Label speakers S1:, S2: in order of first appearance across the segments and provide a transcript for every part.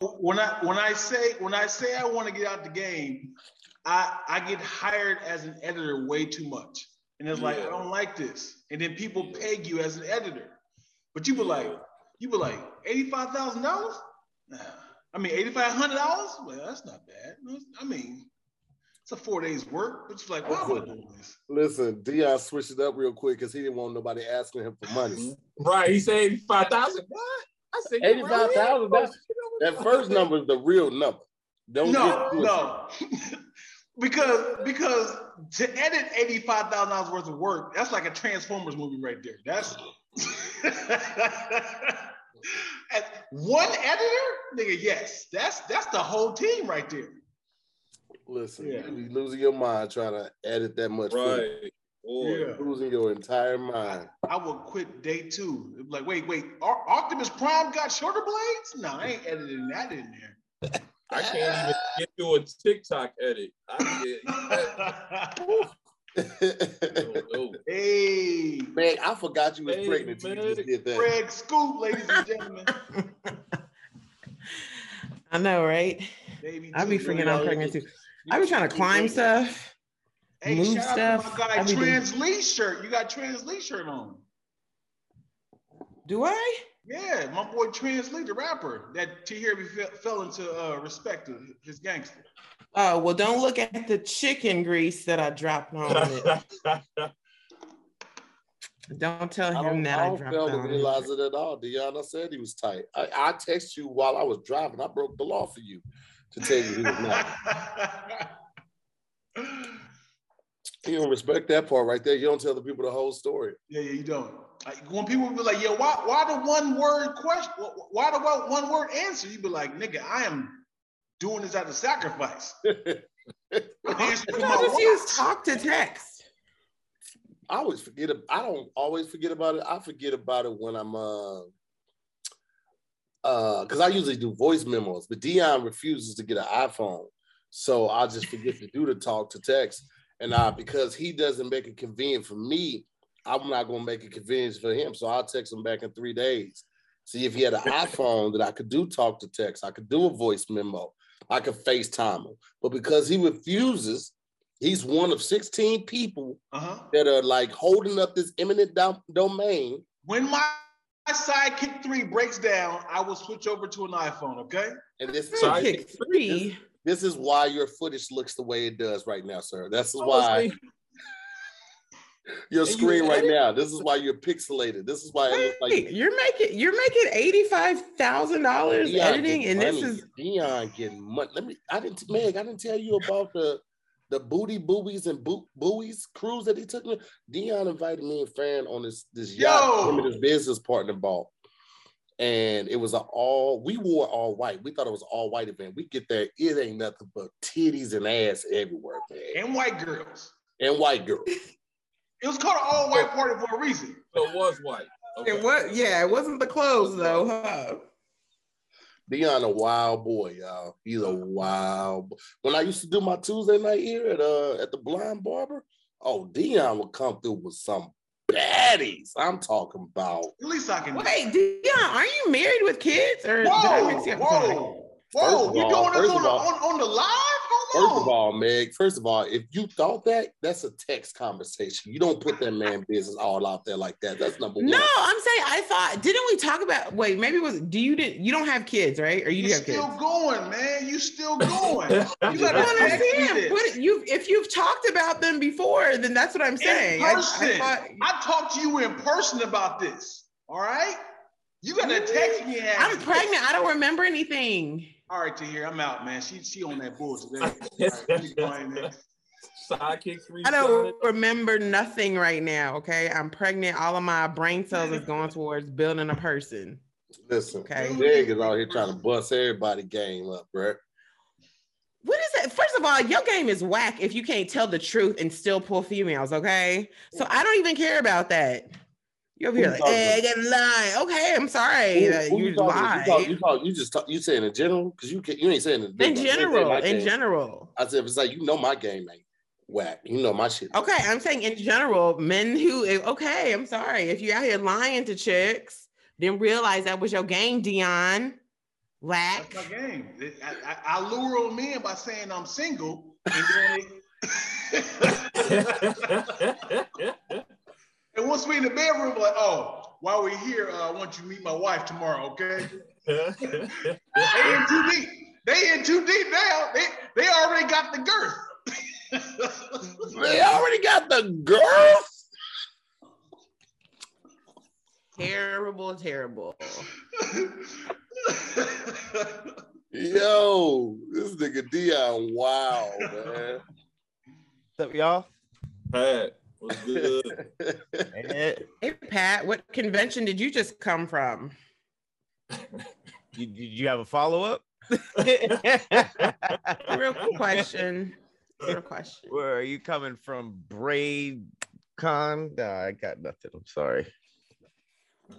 S1: when I when I say when I say I want to get out the game, I I get hired as an editor way too much, and it's like
S2: Yeah.
S1: I don't like this, and then people peg you as an editor, but you were like you were like eighty five thousand dollars. Nah, I mean eighty five hundred dollars. Well, that's not bad. I mean, it's a four days work, but you're like, why am I doing this?
S3: Listen, Dion switched it up real quick because he didn't want nobody asking him for
S4: Mm-hmm.
S3: money.
S2: Right. He said 85,000. What? I said, you right?
S5: 85,000, that's-
S3: That first number is the real number. Don't
S1: no,
S3: get
S1: no. because because to edit eighty five thousand dollars worth of work, that's like a Transformers movie right there. That's And one editor, nigga. Yes, that's that's the whole team right there.
S3: Listen,
S1: Yeah.
S3: you be losing your mind trying to edit that much. film.
S2: Right. Boy.
S1: Yeah.
S3: You're Losing your entire mind.
S1: I will quit day two. It'd be Like, wait, wait, Ar- Optimus Prime got shorter blades? No, I ain't editing that in there.
S2: I can't even get through a TikTok edit. I can't. no, no.
S1: hey,
S3: Meg, I forgot you was
S2: Hey,
S3: pregnant. till You just
S2: Meg.
S3: did that.
S1: Greg Scoop, ladies and gentlemen.
S4: I know, right?
S1: Baby
S4: I be
S1: G,
S4: freaking
S1: yo,
S4: out
S1: yo,
S4: pregnant
S1: yo.
S4: too. I be trying to climb stuff.
S1: Hey,
S4: move
S1: shout out
S4: stuff.
S1: to my
S4: I
S1: guy
S4: be doing-
S1: Trans Lee shirt. You got Trans Lee shirt on.
S4: Do I?
S1: Yeah, my boy Trans Lee, the rapper that to hear me fell, fell into uh, respect of his gangster.
S4: Oh well, don't look at the chicken grease that I dropped on it. Don't tell
S3: I don't,
S4: him that
S3: I
S4: I,
S3: don't
S4: dropped
S3: fail
S4: that
S3: to
S4: on
S3: realize
S4: him.
S3: it at all. Deanna said he was tight. I, I text you while I was driving. I broke the law for you to tell you he was not. You don't respect that part right there. You don't tell the people the whole story.
S1: Yeah, yeah, you don't. Like, when people be like, "Yo, why, why the one word question? wh- wh- Why the one- one word answer?" You be like, "Nigga, I am doing this at a sacrifice." I'm answering to
S4: I
S1: my
S4: just use
S1: watch.
S4: talk to text.
S3: I always forget. ab- I don't always forget about it. I forget about it when I'm uh uh because I usually do voice memos, but Dion refuses to get an iPhone, so I just forget to do the talk to text, and I because he doesn't make it convenient for me, I'm not going to make it convenient for him. So I'll text him back in three days. See if he had an iPhone that I could do talk to text. I could do a voice memo. I could FaceTime him, but because he refuses, he's one of 16 people
S1: Uh-huh.
S3: that are like holding up this eminent dom- domain.
S1: When my my sidekick three breaks down, I will switch over to an iPhone. Okay.
S3: And this,
S2: So I-
S4: Sidekick three.
S3: this is why your footage looks the way it does right now, sir. This is
S2: I was
S3: why
S2: thinking,
S3: your
S2: Oh, you
S3: screen right
S2: edit?
S3: now. This is why you're pixelated. This is why it looks like
S4: Wait, you're making you're making eighty five thousand dollars
S3: Dion
S4: editing,
S3: getting
S4: and this
S3: money.
S4: is
S3: Dion getting money. Let me. I didn't, Meg. I didn't tell you about the the booty boobies and boot buoys cruise that he took me. Dion invited me and Fran on this this yacht,
S1: Yo!
S3: him and his business partner bought, and it was a all. We wore all white. We thought it was all white event. We get there, it ain't nothing but titties and ass everywhere, man,
S1: And white girls.
S3: and white girls.
S1: It was called an all white party for a reason.
S2: it was white. Okay.
S4: it was yeah, it wasn't the clothes though, huh?
S3: Dion a wild boy, y'all. He's
S4: Uh-huh.
S3: a wild. Boy. When I used to do my Tuesday night here at uh at the Blind Barber, oh Dion would come through with some baddies. I'm talking about.
S1: At least I can.
S4: Wait, Dion, are you married with kids or did I
S1: Whoa,
S4: mix you up?
S1: whoa,
S3: First
S1: whoa!
S3: of
S1: You're
S3: all-
S1: doing this
S3: first
S1: on
S3: of
S1: the,
S3: all-
S1: on, on the live? Hold on.
S3: First of all, Meg. First of all, if you thought that, that's a text conversation. You don't put that man business all out there like that. That's number
S4: No,
S3: one.
S4: I'm saying I thought didn't we talk about wait, maybe it was do you did you don't have kids, right? Or you do
S1: You're
S4: have kids?
S1: still going, man. You still going. you
S2: I
S1: gotta
S4: I don't
S1: text me
S4: understand.
S1: this.
S4: What you if you've talked about them before, then that's what I'm saying.
S1: in
S4: I- I
S1: person. I,
S4: thought-
S1: talked to you in person about this. All right. You gotta text me. and ask
S4: I'm
S1: me.
S4: pregnant. I don't remember anything.
S1: All right, to here. I'm out, man. She she on that bullshit. All right, keep going, man.
S2: Sidekick three.
S4: I don't remember nothing right now. Okay. I'm pregnant. All of my brain cells is going towards building a person.
S3: Listen,
S4: Okay.
S3: Meg is out here trying to bust everybody game up, bruh.
S4: What is that? First of all, your game is whack if you can't tell the truth and still pull females. Okay. So I don't even care about that. You over
S3: Who
S4: here
S3: you
S4: like,
S3: talking
S4: hey, I lying. Okay. I'm sorry.
S3: Who-
S4: that
S3: who
S4: uh, you
S3: you talking to?
S4: lied.
S3: You talk- you talk- you just talk, you saying in general because you can, you ain't saying
S4: in
S3: you ain't saying
S4: general.
S3: my
S4: In
S3: game.
S4: general.
S3: I said, if it's like you know my game ain't whack. You know my shit.
S4: Okay, I'm saying in general, men who eh, okay, I'm sorry. If you're out here lying to chicks, then realize that was your game, Dion. Whack.
S1: That's my game. It- I, I, I lure them in by saying I'm single, and then they- and once we in the bedroom, like, oh, while we're here, uh, I want you to meet my wife tomorrow, okay? They in too deep. They in too deep now. They they already got the girth.
S3: They already got the girl.
S4: Terrible, terrible.
S3: Yo, this nigga Dion, wow, man.
S5: What's up, y'all?
S2: Pat, what's good?
S5: Eh,
S4: Hey Pat, what convention did you just come from?
S5: you, you, you have a follow up?
S4: Real question. Real question.
S5: Where are you coming from, Braid Con? Nah, I got nothing. I'm sorry.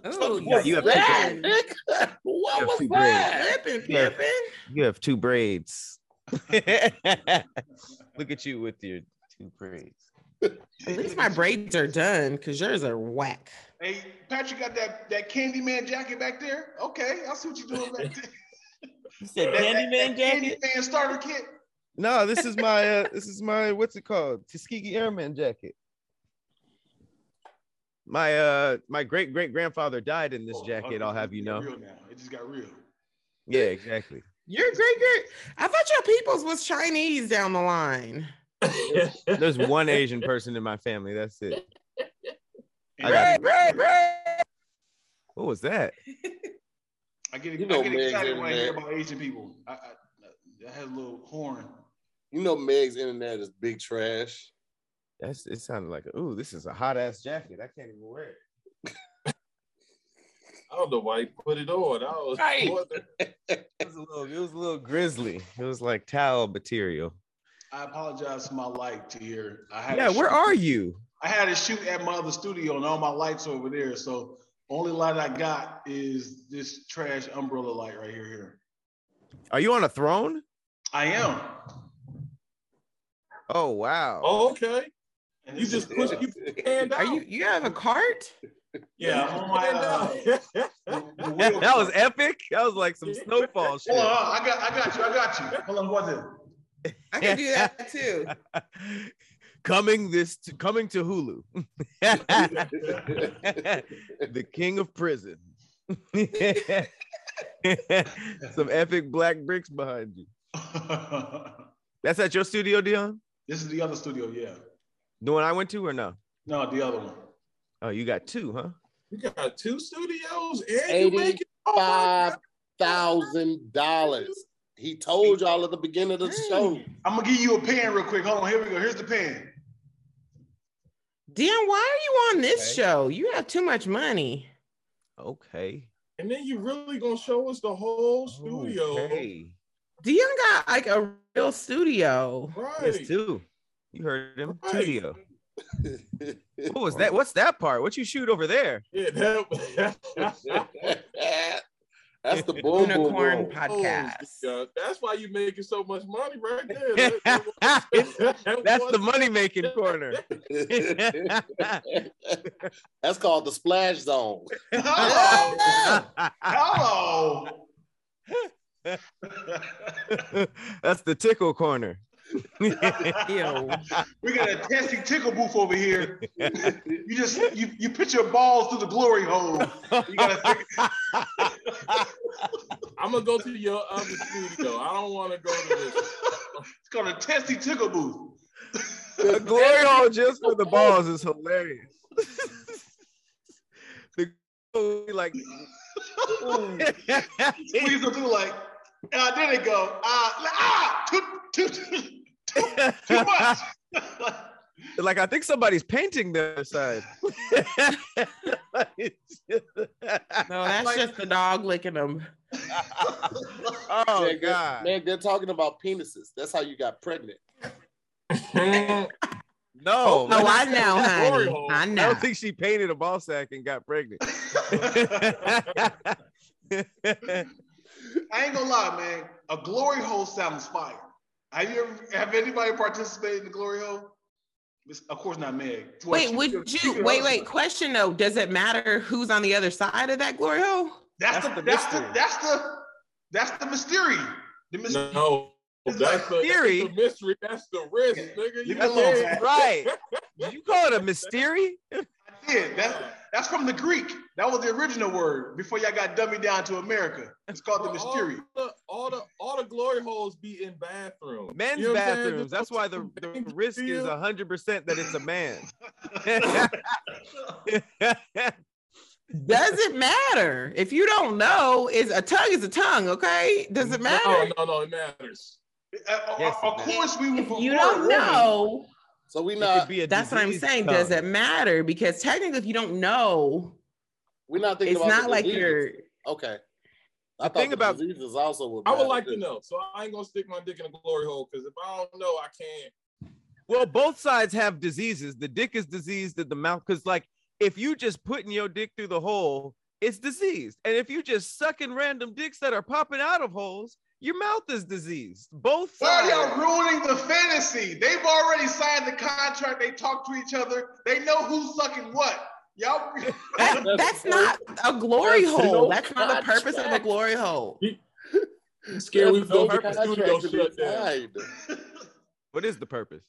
S4: Oh,
S5: Yeah, you have two
S4: that?
S3: That, nigga, what
S5: Yeah,
S3: was
S5: she great.
S3: that?
S4: Flipping,
S5: Yeah.
S4: flipping.
S5: You have two braids. Look at you with your two braids.
S4: At least my braids are done because yours are whack.
S1: Hey, Patrick got that that Candyman jacket back there. Okay, I see what you're doing back there.
S5: You said
S1: That- that- that Candyman starter kit.
S5: No, this is my uh, this is my what's it called? Tuskegee Airman jacket. My uh my great great grandfather died in this
S1: Oh,
S5: jacket,
S1: okay,
S5: I'll have
S1: it
S5: you
S1: got
S5: know.
S1: Real now. It just got real.
S5: Yeah, exactly.
S4: Your great great. I thought your peoples was Chinese down the line.
S5: There's one Asian person in my family. That's it. I got
S1: I,
S5: it.
S4: Right, right.
S5: What was that?
S1: I get,
S3: You know
S1: I get
S3: Meg's
S1: excited when I hear
S3: internet.
S1: about Asian people. I, I, I had a little horn.
S3: You know Meg's internet is big trash.
S5: That's it sounded like ooh, this is a hot ass jacket. I can't even wear it.
S2: I don't know why he put it on. I was
S3: Right.
S2: wondering.
S5: It was a little, it was a little grizzly. It was like towel material.
S1: I apologize for my light to hear. I had
S5: Yeah,
S1: a
S5: where
S1: shoot-
S5: are you?
S1: I had a shoot at my other studio and all my lights over there. So only light I got is this trash umbrella light right here. Here
S5: Are you on a throne?
S1: I am.
S5: Oh wow.
S2: Oh, okay.
S1: And
S2: You
S1: this is-
S2: just push you hand out.
S4: Are you you have a cart?
S1: Yeah, I'm on my, uh,
S2: Hand out.
S1: the- the wheel-
S5: that was epic. That was like some snowfall shit.
S1: Hold on, hold on. I got, I got you. I got you. Hold on, what's it?
S4: I can do that too.
S5: coming this to, coming to Hulu. the king of prison. some epic black bricks behind you. That's at your studio, Dion?
S1: this is the other studio. Yeah.
S5: The one I went to or no?
S1: No, the other one.
S5: Oh, you got two, huh?
S2: You got two studios and you make it.
S3: Eighty-five thousand dollars. He told y'all at the beginning of the show.
S1: I'm gonna give you a pan real quick. Hold on. Here we go. Here's the pan.
S4: Dion, why are you on this
S5: Okay.
S4: show? You have too much money.
S5: Okay.
S2: And then you really gonna show us the
S5: Oh,
S2: whole studio.
S5: Okay.
S4: Dion got like a real studio.
S5: It's
S2: Right.
S5: two. You heard him.
S2: Right.
S5: Studio. What was that? What's that part? What you shoot over there?
S2: Yeah, that,
S3: That's the
S5: oh,
S3: boom boom
S4: Unicorn
S3: boom.
S4: podcast.
S2: Yeah, that's why you making so much money right there. That-
S5: That's
S2: that- that
S5: the
S2: was-
S5: money making corner.
S3: That's called the splash zone.
S1: Hello. Hello.
S5: That's the tickle corner.
S4: Ew. Oh,
S1: we got a testing tickle booth over here. You just you, you put your balls through the glory hole. You gotta think,
S2: I'm gonna go to your other studio. I don't want to go to this.
S1: it's called a testing tickle booth.
S5: the glory hole just for the balls is hilarious. the like
S1: Squeeze them through like ah, there they go. Ah, like, ah, too, too, too, too much.
S5: like I think somebody's painting the other side.
S4: No, that's just the dog licking them.
S5: oh
S3: man, They're,
S5: god.
S3: man, they're talking about penises. That's how you got pregnant.
S5: No,
S4: Oh, I
S5: I
S4: know,
S2: Glory
S4: honey.
S2: hole.
S4: I know.
S5: don't think she painted a ball sack and got pregnant.
S1: I ain't gonna lie, man. A glory hole sounds fire. Have you ever, have anybody participated in the glory hole? It's- Of course not, Meg. Well,
S4: Wait,
S1: she-
S4: would
S1: she-
S4: you wait, wait, question though, does it matter who's on the other side of that glory hole?
S1: That's,
S5: That's
S1: the,
S5: the
S1: that's the
S5: mystery.
S1: that's the That's the mystery. The mystery.
S2: No, that's the,
S5: Theory.
S2: that's the mystery. That's the risk, nigga. You
S1: Leave it alone,
S2: can't-
S1: man.
S5: Right. You call it a mystery?
S1: Yeah, that, that's from the Greek. That was the original word before y'all got dummied down to America. It's called the
S2: All
S1: mystery.
S2: the- All the all the glory holes be in bathrooms.
S5: Men's
S2: You know what I'm saying?
S5: bathrooms. That's why the, the risk is
S2: Bakersfield.
S5: 100% that it's a man.
S4: Doesn't matter. If you don't know, is a tongue is a tongue, okay? Does it matter?
S2: No, no, no, it matters.
S1: Uh, of-
S5: Yes, it
S1: of course, we
S4: If
S1: were
S4: you don't know,
S3: So we
S5: It
S3: not
S5: could be a
S4: that's what I'm
S5: disease
S4: saying.
S5: tongue.
S4: Does it matter? Because technically, if you don't know,
S3: we not thinking
S4: it's
S3: about
S4: not
S3: the
S4: like
S3: diseases.
S4: you're
S3: okay. I
S5: thing
S3: think about
S5: about-
S3: diseases also would
S2: I would
S3: matter.
S2: like to know, so I ain't gonna stick my dick in a glory hole because if I don't know, I can't.
S5: Well, both sides have diseases. The dick is diseased at the mouth. Cause like if you just putting your dick through the hole, it's diseased. And if you just sucking random dicks that are popping out of holes, your mouth is diseased. Both
S1: Why
S5: sides.
S1: are y'all ruining the fantasy? They've already signed the contract. They talk to each other. They know who's sucking what. Y'all,
S4: that,
S2: That's
S4: that's not a glory
S3: That's
S4: hole.
S3: no
S4: that's not the purpose of a
S3: contract.
S4: glory hole.
S2: Scared we was
S3: There's no
S2: gonna get the studio
S3: contract to be
S2: shut down.
S3: signed.
S1: because
S5: What is the purpose?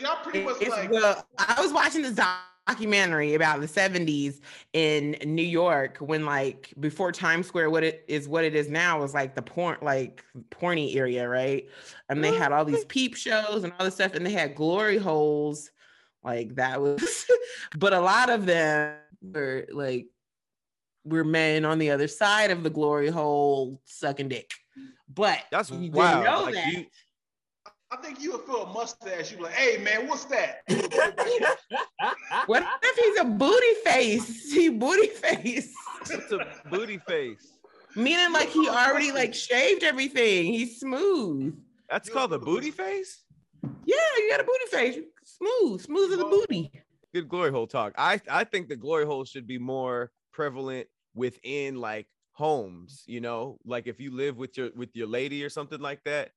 S1: y'all pretty much
S4: It's
S1: like
S4: the- I was watching this documentary about the 70s in New York when like before Times Square what it is what it is now was like the porn like porny area, right? And they had all these peep shows and all this stuff and they had glory holes like that was but a lot of them were like were men on the other side of the glory hole sucking dick. But
S5: That's
S4: you didn't
S5: wild.
S4: know
S5: Like,
S4: that.
S5: you-
S1: I think you would feel a mustache. You'd be like, hey man, what's that?
S4: What if he's a booty face? He booty face.
S5: it's a booty face.
S4: Meaning like he already like shaved everything. He's smooth.
S5: That's called a booty face.
S4: Yeah, you got a booty face. Smooth, smooth as a booty.
S5: Good glory hole talk. I I think the glory hole should be more prevalent within like homes. You know, like if you live with your with your lady or something like that,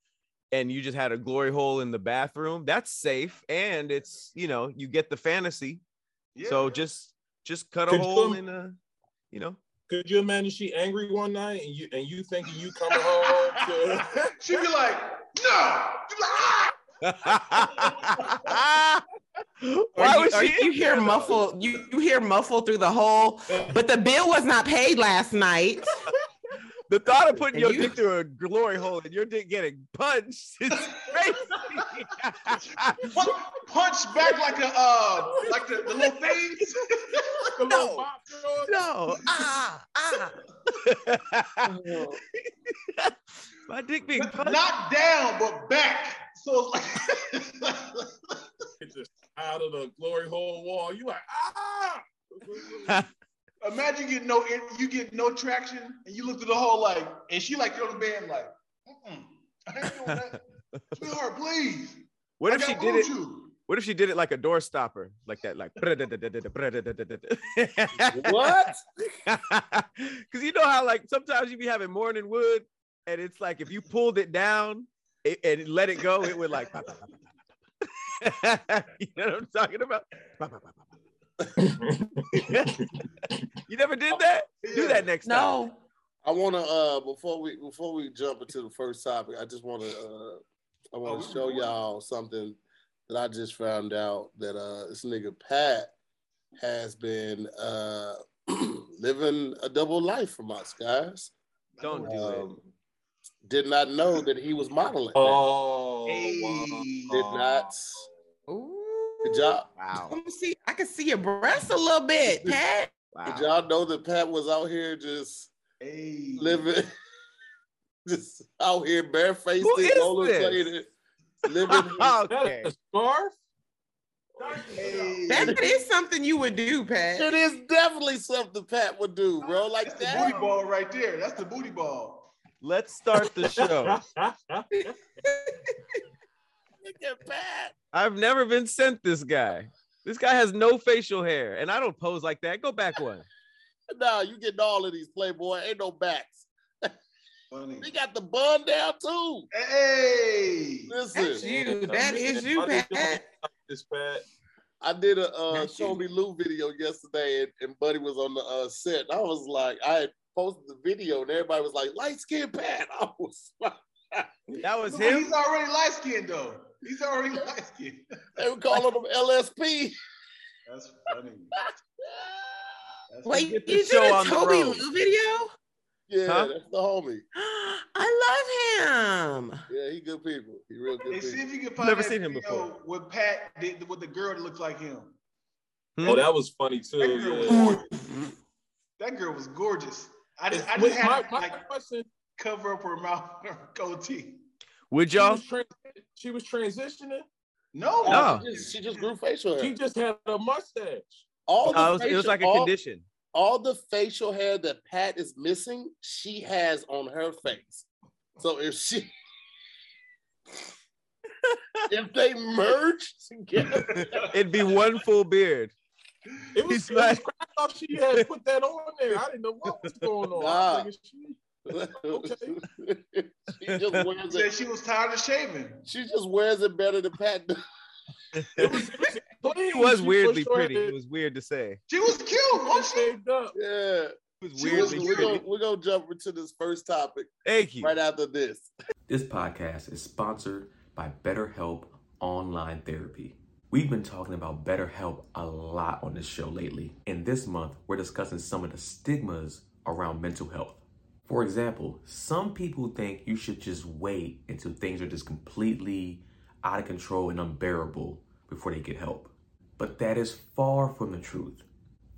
S5: and you just had a glory hole in the bathroom, that's safe and it's you know you get the fantasy.
S1: Yeah.
S5: So just just cut a
S2: Could you
S5: hole
S2: put-
S5: in a, you know.
S2: Could you imagine she angry one night and you and you thinking you coming home to
S1: she'd be like, no. You'd be like, ah!
S5: Why
S4: Or you,
S5: was
S4: or
S5: she?
S4: you
S5: in
S4: hear
S5: there, though?
S4: muffled, you, you hear muffled through the hole, but the bill was not paid last night.
S5: The thought of putting
S4: And
S5: your
S4: you-
S5: dick through a glory hole and your dick getting punched is crazy.
S1: Pu- punch back like a uh like the, the little things.
S2: the little bop joint?
S5: no. Ah, ah. My dick being punched.
S1: Not down, but back. So it's like
S2: It's just out of the glory hole wall. You like ah.
S1: imagine getting no you get no traction and you look through the hole like and she like you're on the bed like Mm-mm, I ain't doing that. Sweetheart, please.
S5: What
S1: I
S5: if she
S1: got
S5: did it?
S1: Bluetooth.
S5: What if she did it like a door stopper? Like that, like
S3: What?
S5: Because you know how like sometimes you be having morning wood, and it's like if you pulled it down it, and let it go, it would like. pop, pop, pop, pop, pop, pop. you know what I'm talking about? Pop, pop, pop, pop, pop. you never did that. Do that next time.
S4: No.
S3: I want to uh before we before we jump into the first topic, I just want to uh I
S2: Oh,
S3: want to
S1: we
S3: show
S1: recording?
S3: y'all something that I just found out that uh this nigga Pat has been uh living a double life from us guys.
S5: Don't do it.
S3: Um, did not know that he was modeling.
S2: Oh,
S1: Hey.
S2: wow.
S3: did not.
S4: Ooh.
S3: Did y'all
S5: Wow.
S4: Let me see. I can see your breasts a little bit, Pat.
S3: did
S5: Wow.
S3: y'all know that Pat was out here just
S1: Hey.
S3: living, just out here barefaced,
S5: Who is
S3: roller
S5: this?
S3: skated, living.
S2: That
S5: okay.
S2: is a scarf.
S1: Hey.
S4: That is something you would do, Pat.
S3: It is definitely something Pat would do, bro. Like
S1: That's the
S3: that.
S1: booty ball right there. That's the booty ball.
S5: Let's start the show.
S3: Look at Pat.
S5: I've never been sent this guy. This guy has no facial hair, and I don't pose like that. Go back one.
S3: Nah, you getting all of these Playboy. Ain't no backs.
S1: Funny.
S3: He got the bun down too.
S1: Hey.
S4: That's
S3: Listen,
S4: you. That is you, Pat.
S2: This Pat.
S3: I did a uh,
S4: That's
S3: Show Me Lou video yesterday, and, and Buddy was on the uh, set. I was like, I posted the video and everybody was like, light skin Pat. I was like,
S5: That was
S1: But
S5: him.
S1: He's already light skinned though. He's already light skinned.
S3: they were calling him LSP.
S1: That's funny. That's
S4: Wait,
S5: get the
S4: you did
S5: show
S4: a
S5: on the
S4: Toby
S5: road.
S4: Lou video?
S3: Yeah,
S5: Huh?
S3: that's the homie.
S4: I love him.
S3: Yeah, he good people. He real
S1: Hey,
S3: good
S1: see
S3: people.
S1: if you can find
S5: Never
S1: that
S5: seen him
S1: video
S5: before.
S1: With Pat, did, with the girl that looks like him.
S2: Oh, that was funny too.
S1: That girl,
S2: yeah.
S1: was, that girl was gorgeous. I just, I
S2: Wait,
S1: just
S2: my,
S1: had to
S2: my
S1: like
S2: question.
S1: cover up her mouth with her goatee.
S5: Would
S2: She
S5: y'all?
S2: was, trans- she was transitioning.
S1: No,
S5: No.
S3: She just, she just grew facial hair.
S2: She just had a mustache.
S3: All the
S5: No, Uh, Oh, it, was, it was
S3: facial-
S5: like a
S3: all-
S5: condition.
S3: all the facial hair that Pat is missing, she has on her face. So if she if they merge together,
S5: It'd be one full beard.
S2: It was,
S5: He's
S2: it was
S5: like-
S2: crazy. I thought she had put that on there. I didn't know what was going on. I was thinking
S3: she just
S1: said
S3: wears it.
S1: she was tired of shaving.
S3: She just wears it better than Pat. does.
S2: she- it was, it was, clean.
S5: It was
S2: She
S5: weirdly
S2: pushed her
S5: pretty.
S2: hair
S5: It was weird to say.
S1: She was cute,
S2: and
S1: wasn't she?
S2: shaved up.
S3: Yeah,
S5: It was
S1: She was
S5: weirdly
S3: we're
S1: weird.
S3: gonna,
S5: pretty.
S3: we're gonna jump into this first topic
S5: Thank you.
S3: right after this.
S6: This podcast is sponsored by BetterHelp Online Therapy. We've been talking about BetterHelp a lot on this show lately, and this month we're discussing some of the stigmas around mental health. For example, some people think you should just wait until things are just completely out of control and unbearable before they get help. But that is far from the truth.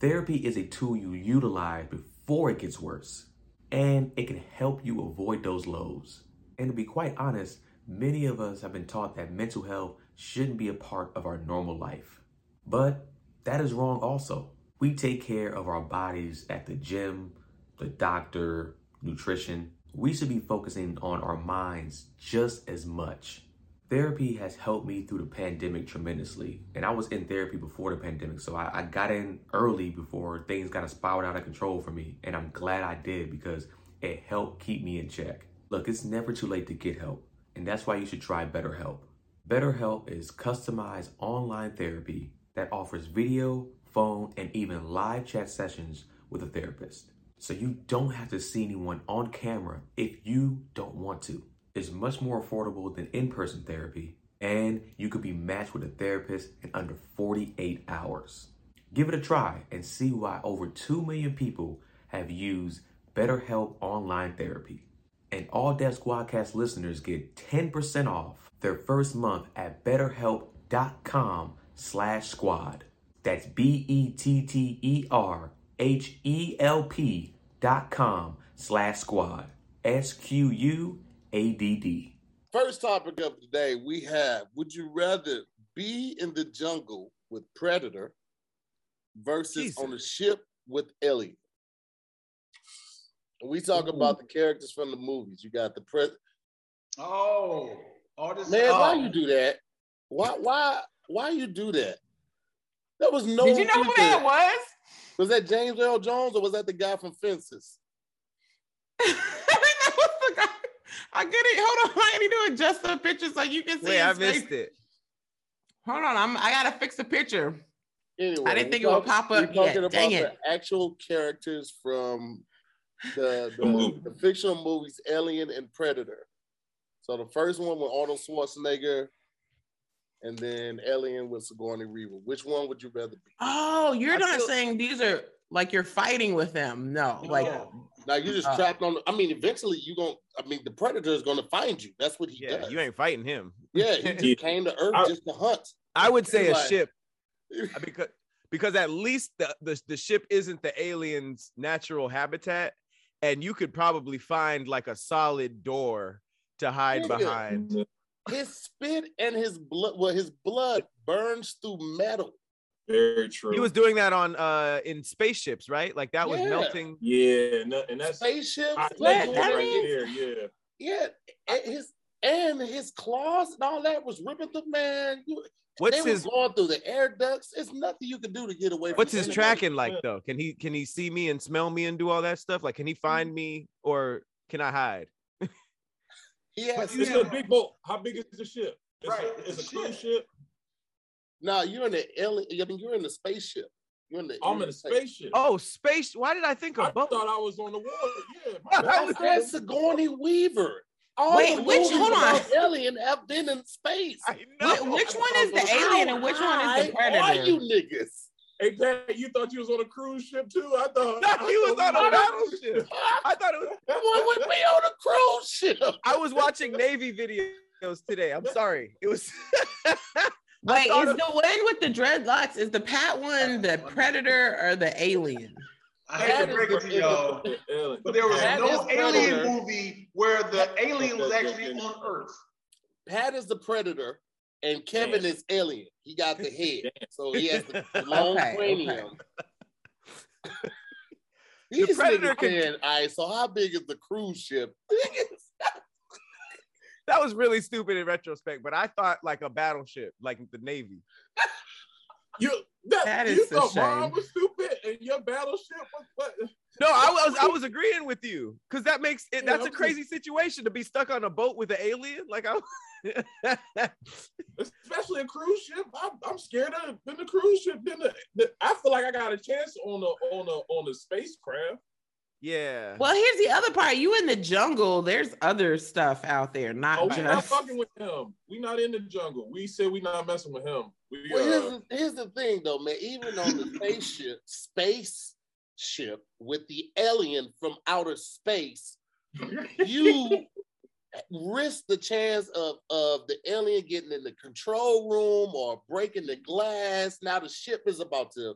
S6: Therapy is a tool you utilize before it gets worse, and it can help you avoid those lows. And to be quite honest, many of us have been taught that mental health shouldn't be a part of our normal life. But that is wrong also. We take care of our bodies at the gym, the doctor, nutrition. We should be focusing on our minds just as much. Therapy has helped me through the pandemic tremendously. And I was in therapy before the pandemic, so I, I got in early before things got spiraled out of control for me. And I'm glad I did because it helped keep me in check. Look, it's never too late to get help, and that's why you should try BetterHelp. BetterHelp is customized online therapy that offers video, phone, and even live chat sessions with a therapist. So you don't have to see anyone on camera if you don't want to. It's much more affordable than in person therapy, and you could be matched with a therapist in under 48 hours. Give it a try and see why over 2 million people have used BetterHelp Online Therapy. And all Dev Squadcast listeners get 10% off their first month at betterhelp.com slash squad. That's E B-E-T-T-E-R-H-E-L-P E dot com slash squad. S-Q-U-A-D-D.
S3: First topic of the day, we have would you rather be in the jungle with Predator versus
S5: Jesus.
S3: on a ship with Elliot? We talk about the characters from the movies. You got the pres
S1: Oh, all this.
S3: man,
S1: oh.
S3: why you do that? Why why why you do that? There was no
S4: Did you know who that was?
S3: was that James Earl Jones or was that the guy from Fences?
S4: that was the guy. I get it. Hold on, I need to adjust the picture so you can see.
S5: Wait, I
S4: his face.
S5: missed it.
S4: Hold on, I'm. I gotta fix the picture.
S3: Anyway,
S4: I didn't
S3: we
S4: think it would
S3: talk-
S4: pop
S3: we're
S4: up yet.
S3: talking
S4: Dang
S3: about
S4: it.
S3: the actual characters from the,
S2: The movie.
S3: the, the fictional movies Alien and Predator. So the first one with Arnold Schwarzenegger, and then Alien with Sigourney Weaver. Which one would you rather be?
S4: Oh, you're
S5: I
S4: not
S5: feel-
S4: saying these are like you're fighting with them. No, like
S1: No.
S3: Now you're just
S4: Uh,
S3: trapped on. I mean, eventually you going to I mean, the Predator is gonna find you. That's what he
S5: Yeah,
S3: does.
S5: you ain't fighting him.
S3: yeah, he just
S2: Yeah.
S3: came to Earth
S2: I-
S3: just to hunt.
S5: I would say a
S3: Like-
S5: ship because because at least the, the the ship isn't the alien's natural habitat, and you could probably find like a solid door to hide
S3: Nigga.
S5: behind.
S3: His spit and his blood. Well, his blood burns through metal.
S2: Very true.
S5: He was doing that on uh in spaceships, right? Like that was
S3: Yeah.
S5: melting.
S2: yeah, and, that- and that's
S3: Spaceships.
S2: I,
S3: they
S2: that
S4: That-
S3: doing
S4: that
S2: right
S4: means-
S2: there. Yeah.
S3: Yeah, and his and his claws and all that was ripping the man. You-
S5: What's
S3: they was
S5: his
S3: going through the air ducts. It's nothing you can do to get away.
S5: What's
S3: from
S5: his
S3: anybody.
S5: tracking like though? Can he can he see me and smell me and do all that stuff? Like can he
S2: Mm-hmm.
S5: find me or can I hide?
S3: He has
S1: But
S2: It's
S1: Yeah.
S2: a big boat. How big is the ship? It's
S1: Right,
S2: A,
S1: it's
S2: it's
S1: a
S2: a cruise
S1: ship.
S2: ship.
S3: now. You're in the alien. I mean, you're in the spaceship. You're in the,
S2: I'm
S3: you're
S2: in a spaceship.
S5: Oh, space. Why did I think
S2: I
S5: of
S2: thought
S5: bubble?
S2: I was on the water. Yeah, my
S3: Why
S2: bad.
S3: is that Sigourney Weaver? All
S4: Wait,
S3: the
S4: which-
S3: movies
S4: hold on.
S3: about Alien have been in space.
S5: I
S4: Wh-
S5: know.
S4: which one is the alien and which one is
S3: How high
S4: the predator?
S3: Are you niggas?
S2: Hey Pat, you thought you was on a cruise ship too? I thought
S5: No, he was on a battleship. I thought it was.
S3: Why would we on a cruise ship?
S5: I was watching Navy videos today. I'm sorry. It was.
S4: Wait, is
S5: thought of-
S4: the one with the dreadlocks is the Pat one the predator or the alien?
S1: I hate
S3: That
S1: to
S3: is
S1: break it to y'all,
S2: Ellen.
S1: but there was
S3: That
S1: no
S3: is
S1: alien
S3: Predator.
S1: movie where the alien was actually on Earth.
S3: Pat is the predator, and Kevin
S2: Damn.
S3: is alien. He got the head, so he has the
S5: The
S3: long
S4: okay.
S3: cranium. These
S5: predator
S3: niggas
S5: can-
S3: saying, all right, so how big is the cruise ship?
S5: that was really stupid in retrospect, but I thought like a battleship, like the Navy.
S2: you that,
S4: That
S2: you
S4: is a
S2: thought mine
S4: shame.
S2: was stupid and your battleship was what?
S5: No, I was I was agreeing with you because that makes it.
S2: Yeah,
S5: That's a
S2: I'm just-
S5: crazy situation to be stuck on a boat with an alien. Like I.
S2: especially a cruise ship. I, I'm scared of than the cruise ship. Than the, the- I feel like I got a chance on a on a on a spacecraft.
S5: yeah.
S4: Well, here's the other part. You in the jungle. There's other stuff out there, not
S2: Oh, we not
S4: just.
S2: fucking with him. We not in the jungle. We said we not messing with him. We
S3: Well, here's,
S2: uh,
S3: the, here's the thing, though, man. Even on the spaceship, spaceship with the alien from outer space, you risk the chance of, of the alien getting in the control room or breaking the glass. Now the ship is about to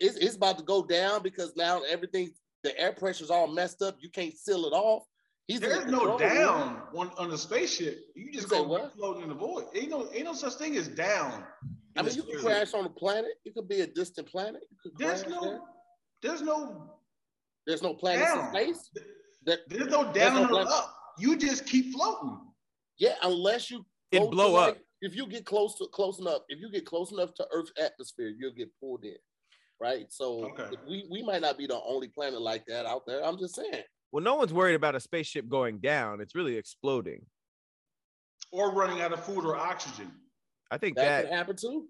S3: it's, it's about to go down because now everything the air pressure's all messed up. You can't seal it off. He's in the
S1: There's no
S3: control room.
S1: down on, on the spaceship. You just
S3: You
S1: go
S3: say what?
S1: floating in the void. Ain't no ain't no such thing as down.
S3: I mean, you could crash on a planet. You could be a distant planet. You could
S1: There's
S3: crash
S1: no
S3: there.
S1: there's no
S3: There's no planets
S1: Down.
S3: in space. That,
S1: there's no
S3: There's no
S1: down or
S3: black-
S1: up. You just keep floating.
S3: yeah, unless you
S5: It'd
S3: go to,
S5: blow
S3: like-
S5: up.
S3: If you get close to close enough, if you get close enough to Earth's atmosphere, you'll get pulled in. Right. So
S1: Okay.
S3: we, we might not be the only planet like that out there. I'm just saying.
S5: Well, no one's worried about a spaceship going down. It's really exploding.
S1: Or running out of food or oxygen.
S5: I think
S3: That,
S5: that.
S3: could happen too.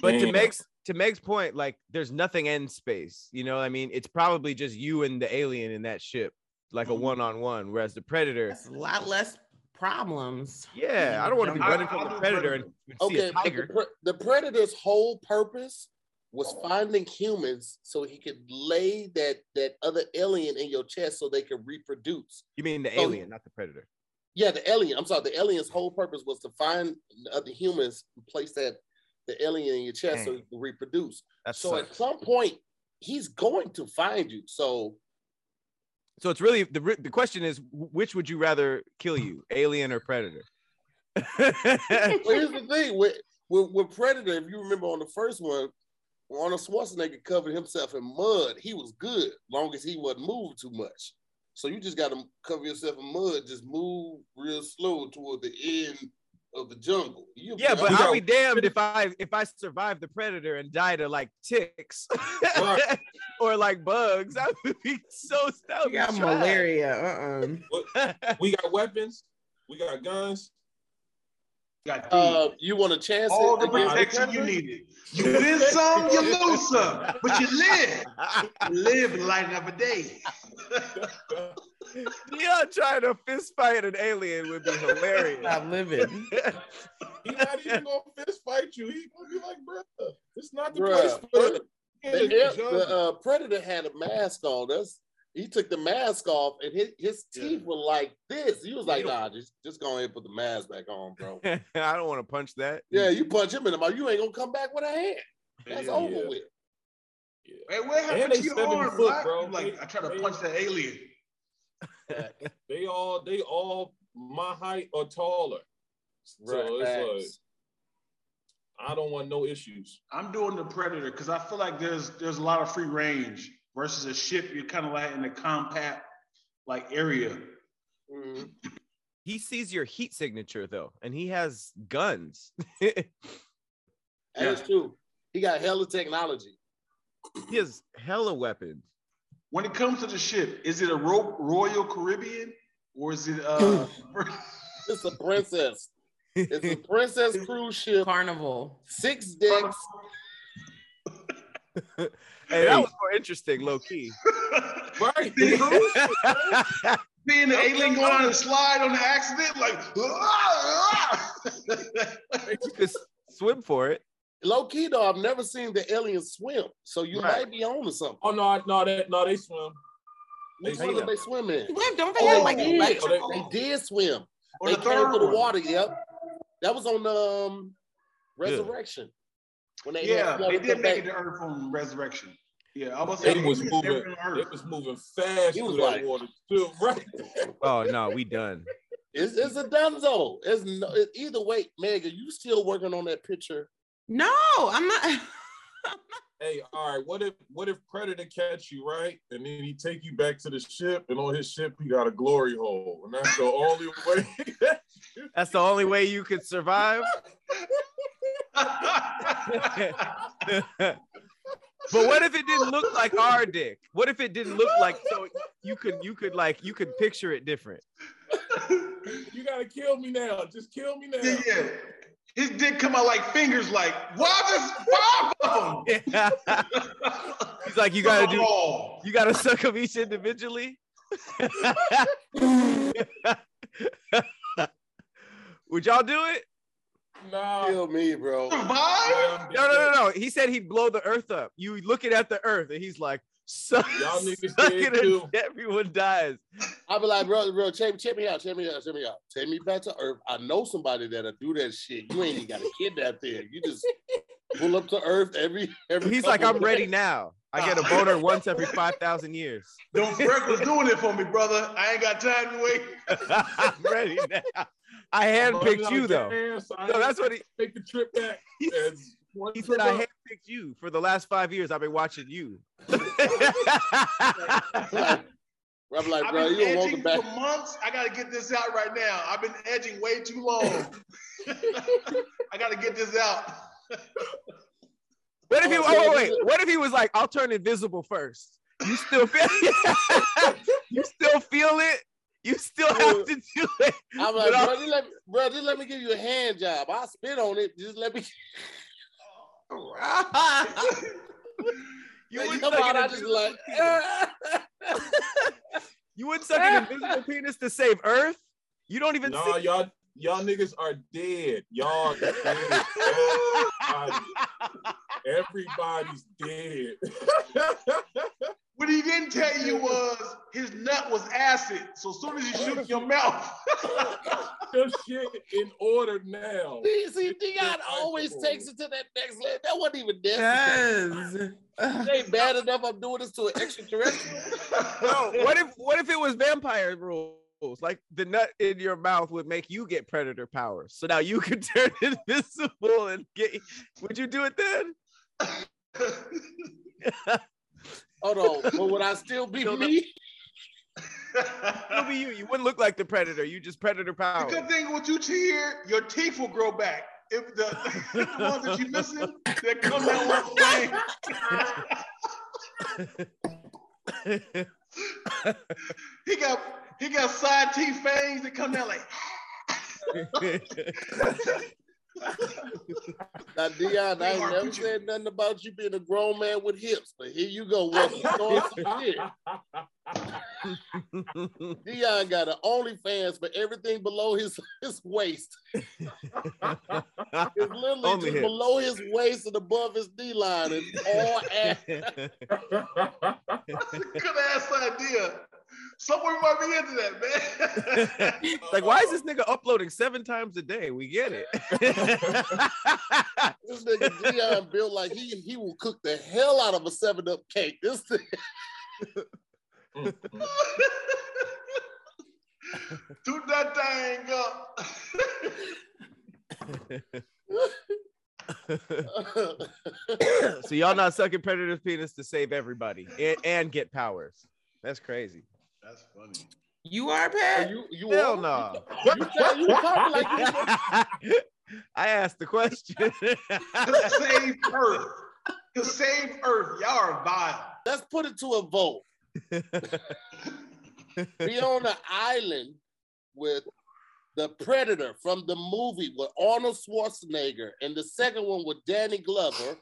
S5: but to
S2: Damn.
S5: Meg's to Meg's point, like there's nothing in space. You know, what I mean, it's probably just you and the alien in that ship, like a
S3: Mm-hmm.
S1: Mhm.
S5: one on one. Whereas the predator,
S4: That's a lot less problems.
S5: yeah, I don't want to be
S1: I-
S5: running
S1: I
S5: from the
S1: do
S5: predator and
S1: predator.
S5: see a
S3: Okay. but The,
S5: tiger.
S3: pre- the predator's whole purpose was finding humans so he could lay that that other alien in your chest so they could reproduce.
S5: You mean the
S3: so-
S5: alien, not the predator?
S3: Yeah, the alien. I'm sorry. The alien's whole purpose was to find other humans, and place that the alien in your chest so
S5: Dang.
S3: you can reproduce.
S5: Hmm. That's
S3: So
S5: so.
S3: at some point, he's going to find you. So
S5: So it's really the re- the question is, wh- which would you rather kill you, alien or predator?
S3: well, here's the thing with, with with Predator. If you remember on the first one, Arnold Schwarzenegger covered himself in mud. He was good, long as he wasn't moving too much. So you just got to cover yourself in mud. Just move real slow toward the end of the jungle. You'll be
S5: yeah, but
S3: all
S5: I'll be damned if I if I survive the predator and die to like ticks
S2: Right.
S5: or like bugs. I would be so that would
S4: You
S5: be
S4: got
S5: trash.
S4: malaria. Uh uh
S2: we got weapons. We got guns.
S1: Got
S3: Uh, you want to chance
S1: all
S3: it
S1: the
S3: against
S1: protection you
S3: Predator?
S1: needed. You win some, you lose some, but you live. You live and lighten up a day.
S5: Leon trying to fist fight an alien would be hilarious.
S4: Stop living.
S2: He not even gonna fist fight you. He gonna be like, bruh, it's not the
S3: Bruh.
S2: place for
S3: The, air- the
S2: it.
S3: uh, predator had a mask on. That's he took the mask off, and his, his teeth were like this. He was like, "Nah, just just go ahead and put the mask back on, bro."
S5: I don't want to punch that.
S3: yeah, you punch him in the mouth, you ain't gonna come back with a hand. That's
S2: Yeah.
S3: over with.
S1: Hey, what happened
S2: And they
S1: to your
S2: seven
S1: arm,
S2: foot,
S1: Black?
S2: bro.
S1: You Like I tried to punch that alien.
S2: They all they all my height or taller. So it's like
S3: Facts.
S2: I don't want no issues.
S1: I'm doing the predator because I feel like there's there's a lot of free range versus a ship. You're kind of like in a compact like area.
S3: Mhm.
S5: He sees your heat signature though, and he has guns.
S3: That's true. He got hella technology.
S5: he has hella weapons.
S1: When it comes to the ship, is it a ro- Royal Caribbean or is it uh?
S3: It's a princess. it's a princess cruise ship,
S4: Carnival.
S3: six decks.
S5: Hey, that was more interesting, low key.
S2: Right. The cruise ship, man.
S1: Seeing the alien going on a slide on the accident, like,
S3: Oh,
S1: ah, ah.
S5: you could s- swim for it.
S3: Low key though, I've never seen the alien swim, so you
S5: Right.
S3: might be on to something.
S2: Oh no, no, that no, they swim.
S3: They
S5: They
S3: swim,
S5: know.
S3: they swim in.
S4: What? Don't they
S3: Oh,
S4: have like
S3: they did.
S4: electrical?
S3: They did swim.
S1: on the
S3: They came
S1: third
S3: through the
S1: one.
S3: water. Yep, that was on um Resurrection. When they
S1: Yeah,
S3: had-
S1: they did
S3: they-
S1: make it to Earth on Resurrection. Yeah, I was
S2: They
S1: saying
S2: was
S1: they
S2: moving.
S1: were on
S2: They
S1: Earth.
S2: was moving fast
S3: He was
S2: through that
S3: like-
S2: water too. Right.
S5: Oh no, we done.
S3: It's, it's a dunzo. It's no, it, either way, Meg, are you still working on that picture?
S4: No, I'm not.
S2: Hey, all right. What if what if Predator catch you right, and then he take you back to the ship, and on his ship he got a glory hole, and that's the only way.
S5: That's the only way you could survive. but what if it didn't look like our dick? What if it didn't look like so you could you could like you could picture it different?
S2: you gotta kill me now. Just kill me now.
S1: yeah, yeah. His dick come out like fingers, like, why this five of them?
S5: He's like, you gotta do
S1: Oh,
S5: you gotta suck them each individually. Would y'all do it?
S2: Nah.
S3: Kill me, bro.
S1: survive?
S2: Yeah, I'm
S5: No, no, no,
S2: dead.
S5: no. He said he'd blow the earth up. You looking at the earth, and he's like, suck,
S2: Y'all niggas
S5: suck
S2: dead
S5: it and
S2: too.
S5: everyone dies.
S3: I'll be like, bro, bro, check, check me out, check me out, check me out. Take me back to Earth. I know somebody that'll do that shit. You ain't even got a kid out there. You just pull up to Earth every every.
S5: He's like,
S3: couple
S5: I'm
S3: of
S5: ready
S3: days."
S5: now. I get a boner once every five thousand years.
S1: Don't Freck was doing it for me, brother. I ain't got time to wait.
S5: I'm ready now. I
S2: But
S5: handpicked
S2: I'm
S5: you though.
S2: dead, so I
S5: No,
S2: ain't
S5: that's what he,
S2: take the trip back.
S5: he,
S2: And one
S5: he
S2: trip
S5: said. I
S2: up.
S5: handpicked you for the last five years. I've been watching you.
S3: Like, bro, I'm like,
S1: I've
S3: bro,
S1: been
S3: you don't want the
S1: edging
S3: back.
S1: for months. I gotta get this out right now. I've been edging way too long. I gotta get this out.
S5: what if he?
S3: Oh,
S5: Oh,
S3: so
S5: wait.
S3: this is-
S5: What if he was like, I'll turn invisible first. You still feel? you still feel it? You still have to do it?
S3: I'm
S5: But
S3: like,
S5: I'll-
S3: bro, just let me, bro, just let me give you a hand job. I spit on it. Just let me.
S5: you
S3: You
S5: wouldn't
S3: come
S5: suck
S3: out,
S5: an
S3: I just
S5: invisible
S3: like.
S5: penis. You wouldn't suck an invisible penis to save Earth. You don't even.
S2: Nah,
S5: see-
S2: y'all y'all niggas are dead. Y'all dead. Everybody- Everybody's dead.
S1: What he didn't tell you was his nut was acid. So as soon as you shoot your mouth,
S2: Your shit in order now.
S3: See, see, Dion always takes it to that next level. That wasn't even necessary.
S4: yes.
S3: It ain't bad enough. I'm doing this to an extraterrestrial.
S5: No, what if what if it was vampire rules? Like the nut in your mouth would make you get predator powers. So now you could turn invisible and get. Would you do it then?
S3: Hold on, but would I still be
S5: Still
S3: me?
S5: It'll be you. You wouldn't look like the predator. You just predator
S1: the
S5: power.
S1: good thing with you cheer, your teeth will grow back. If the, the ones that you missing, that come out with flame. He got he got side teeth fangs that come down like
S3: Now, Dion, I ain't
S1: Sweetheart,
S3: never
S1: would you-
S3: said nothing about you being a grown man with hips, but here you go. Well, you doing some shit. Dion got an OnlyFans for everything below his, his waist. It's literally
S5: Only
S3: just
S5: hips.
S3: below his waist and above his D line. And all ass.
S1: good ass idea. Someone might be into that, man.
S5: like, why is this nigga uploading seven times a day? We get it.
S3: This nigga Dion built like he he will cook the hell out of a 7 Up cake. This thing.
S1: Do that thing up.
S5: so y'all not sucking predator's penis to save everybody and, and get powers. That's crazy.
S1: That's funny.
S4: You are Pat.
S3: You, you
S5: Hell
S3: are-
S5: no.
S3: You, you talking like you
S5: I asked the question.
S1: To save Earth. To save Earth. Y'all are vile.
S3: Let's put it to a vote. Be on an island with the Predator from the movie with Arnold Schwarzenegger, and the second one with Danny Glover,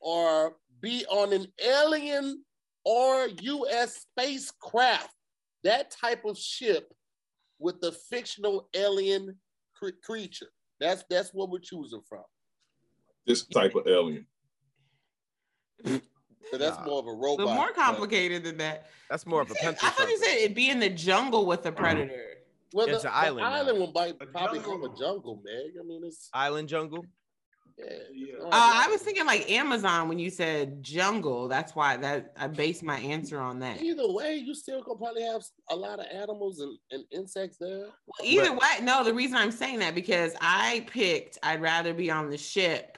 S3: or be on an alien or U.S. spacecraft. That type of ship with the fictional alien cre- creature. That's that's what we're choosing from.
S2: This type of alien.
S3: So that's
S5: Nah.
S3: more of a
S4: But
S3: robot.
S4: more
S3: but-
S4: complicated than that.
S5: That's more of a
S4: You said-
S5: country.
S4: I thought you
S5: something.
S4: said it'd be in the jungle with a predator.
S3: Well,
S5: It's
S3: the,
S5: an
S3: the
S5: island now.
S3: island will might
S1: A
S3: probably
S1: jungle.
S3: call a jungle, Meg. I mean, it's
S5: Island jungle.
S3: yeah.
S1: Yeah.
S3: Oh,
S4: Uh, I was thinking like Amazon when you said jungle. That's why that I based my answer on that.
S3: Either way, you still gonna probably have a lot of animals and, and insects there.
S4: Well, either way, no, the reason I'm saying that because I picked I'd rather be on the ship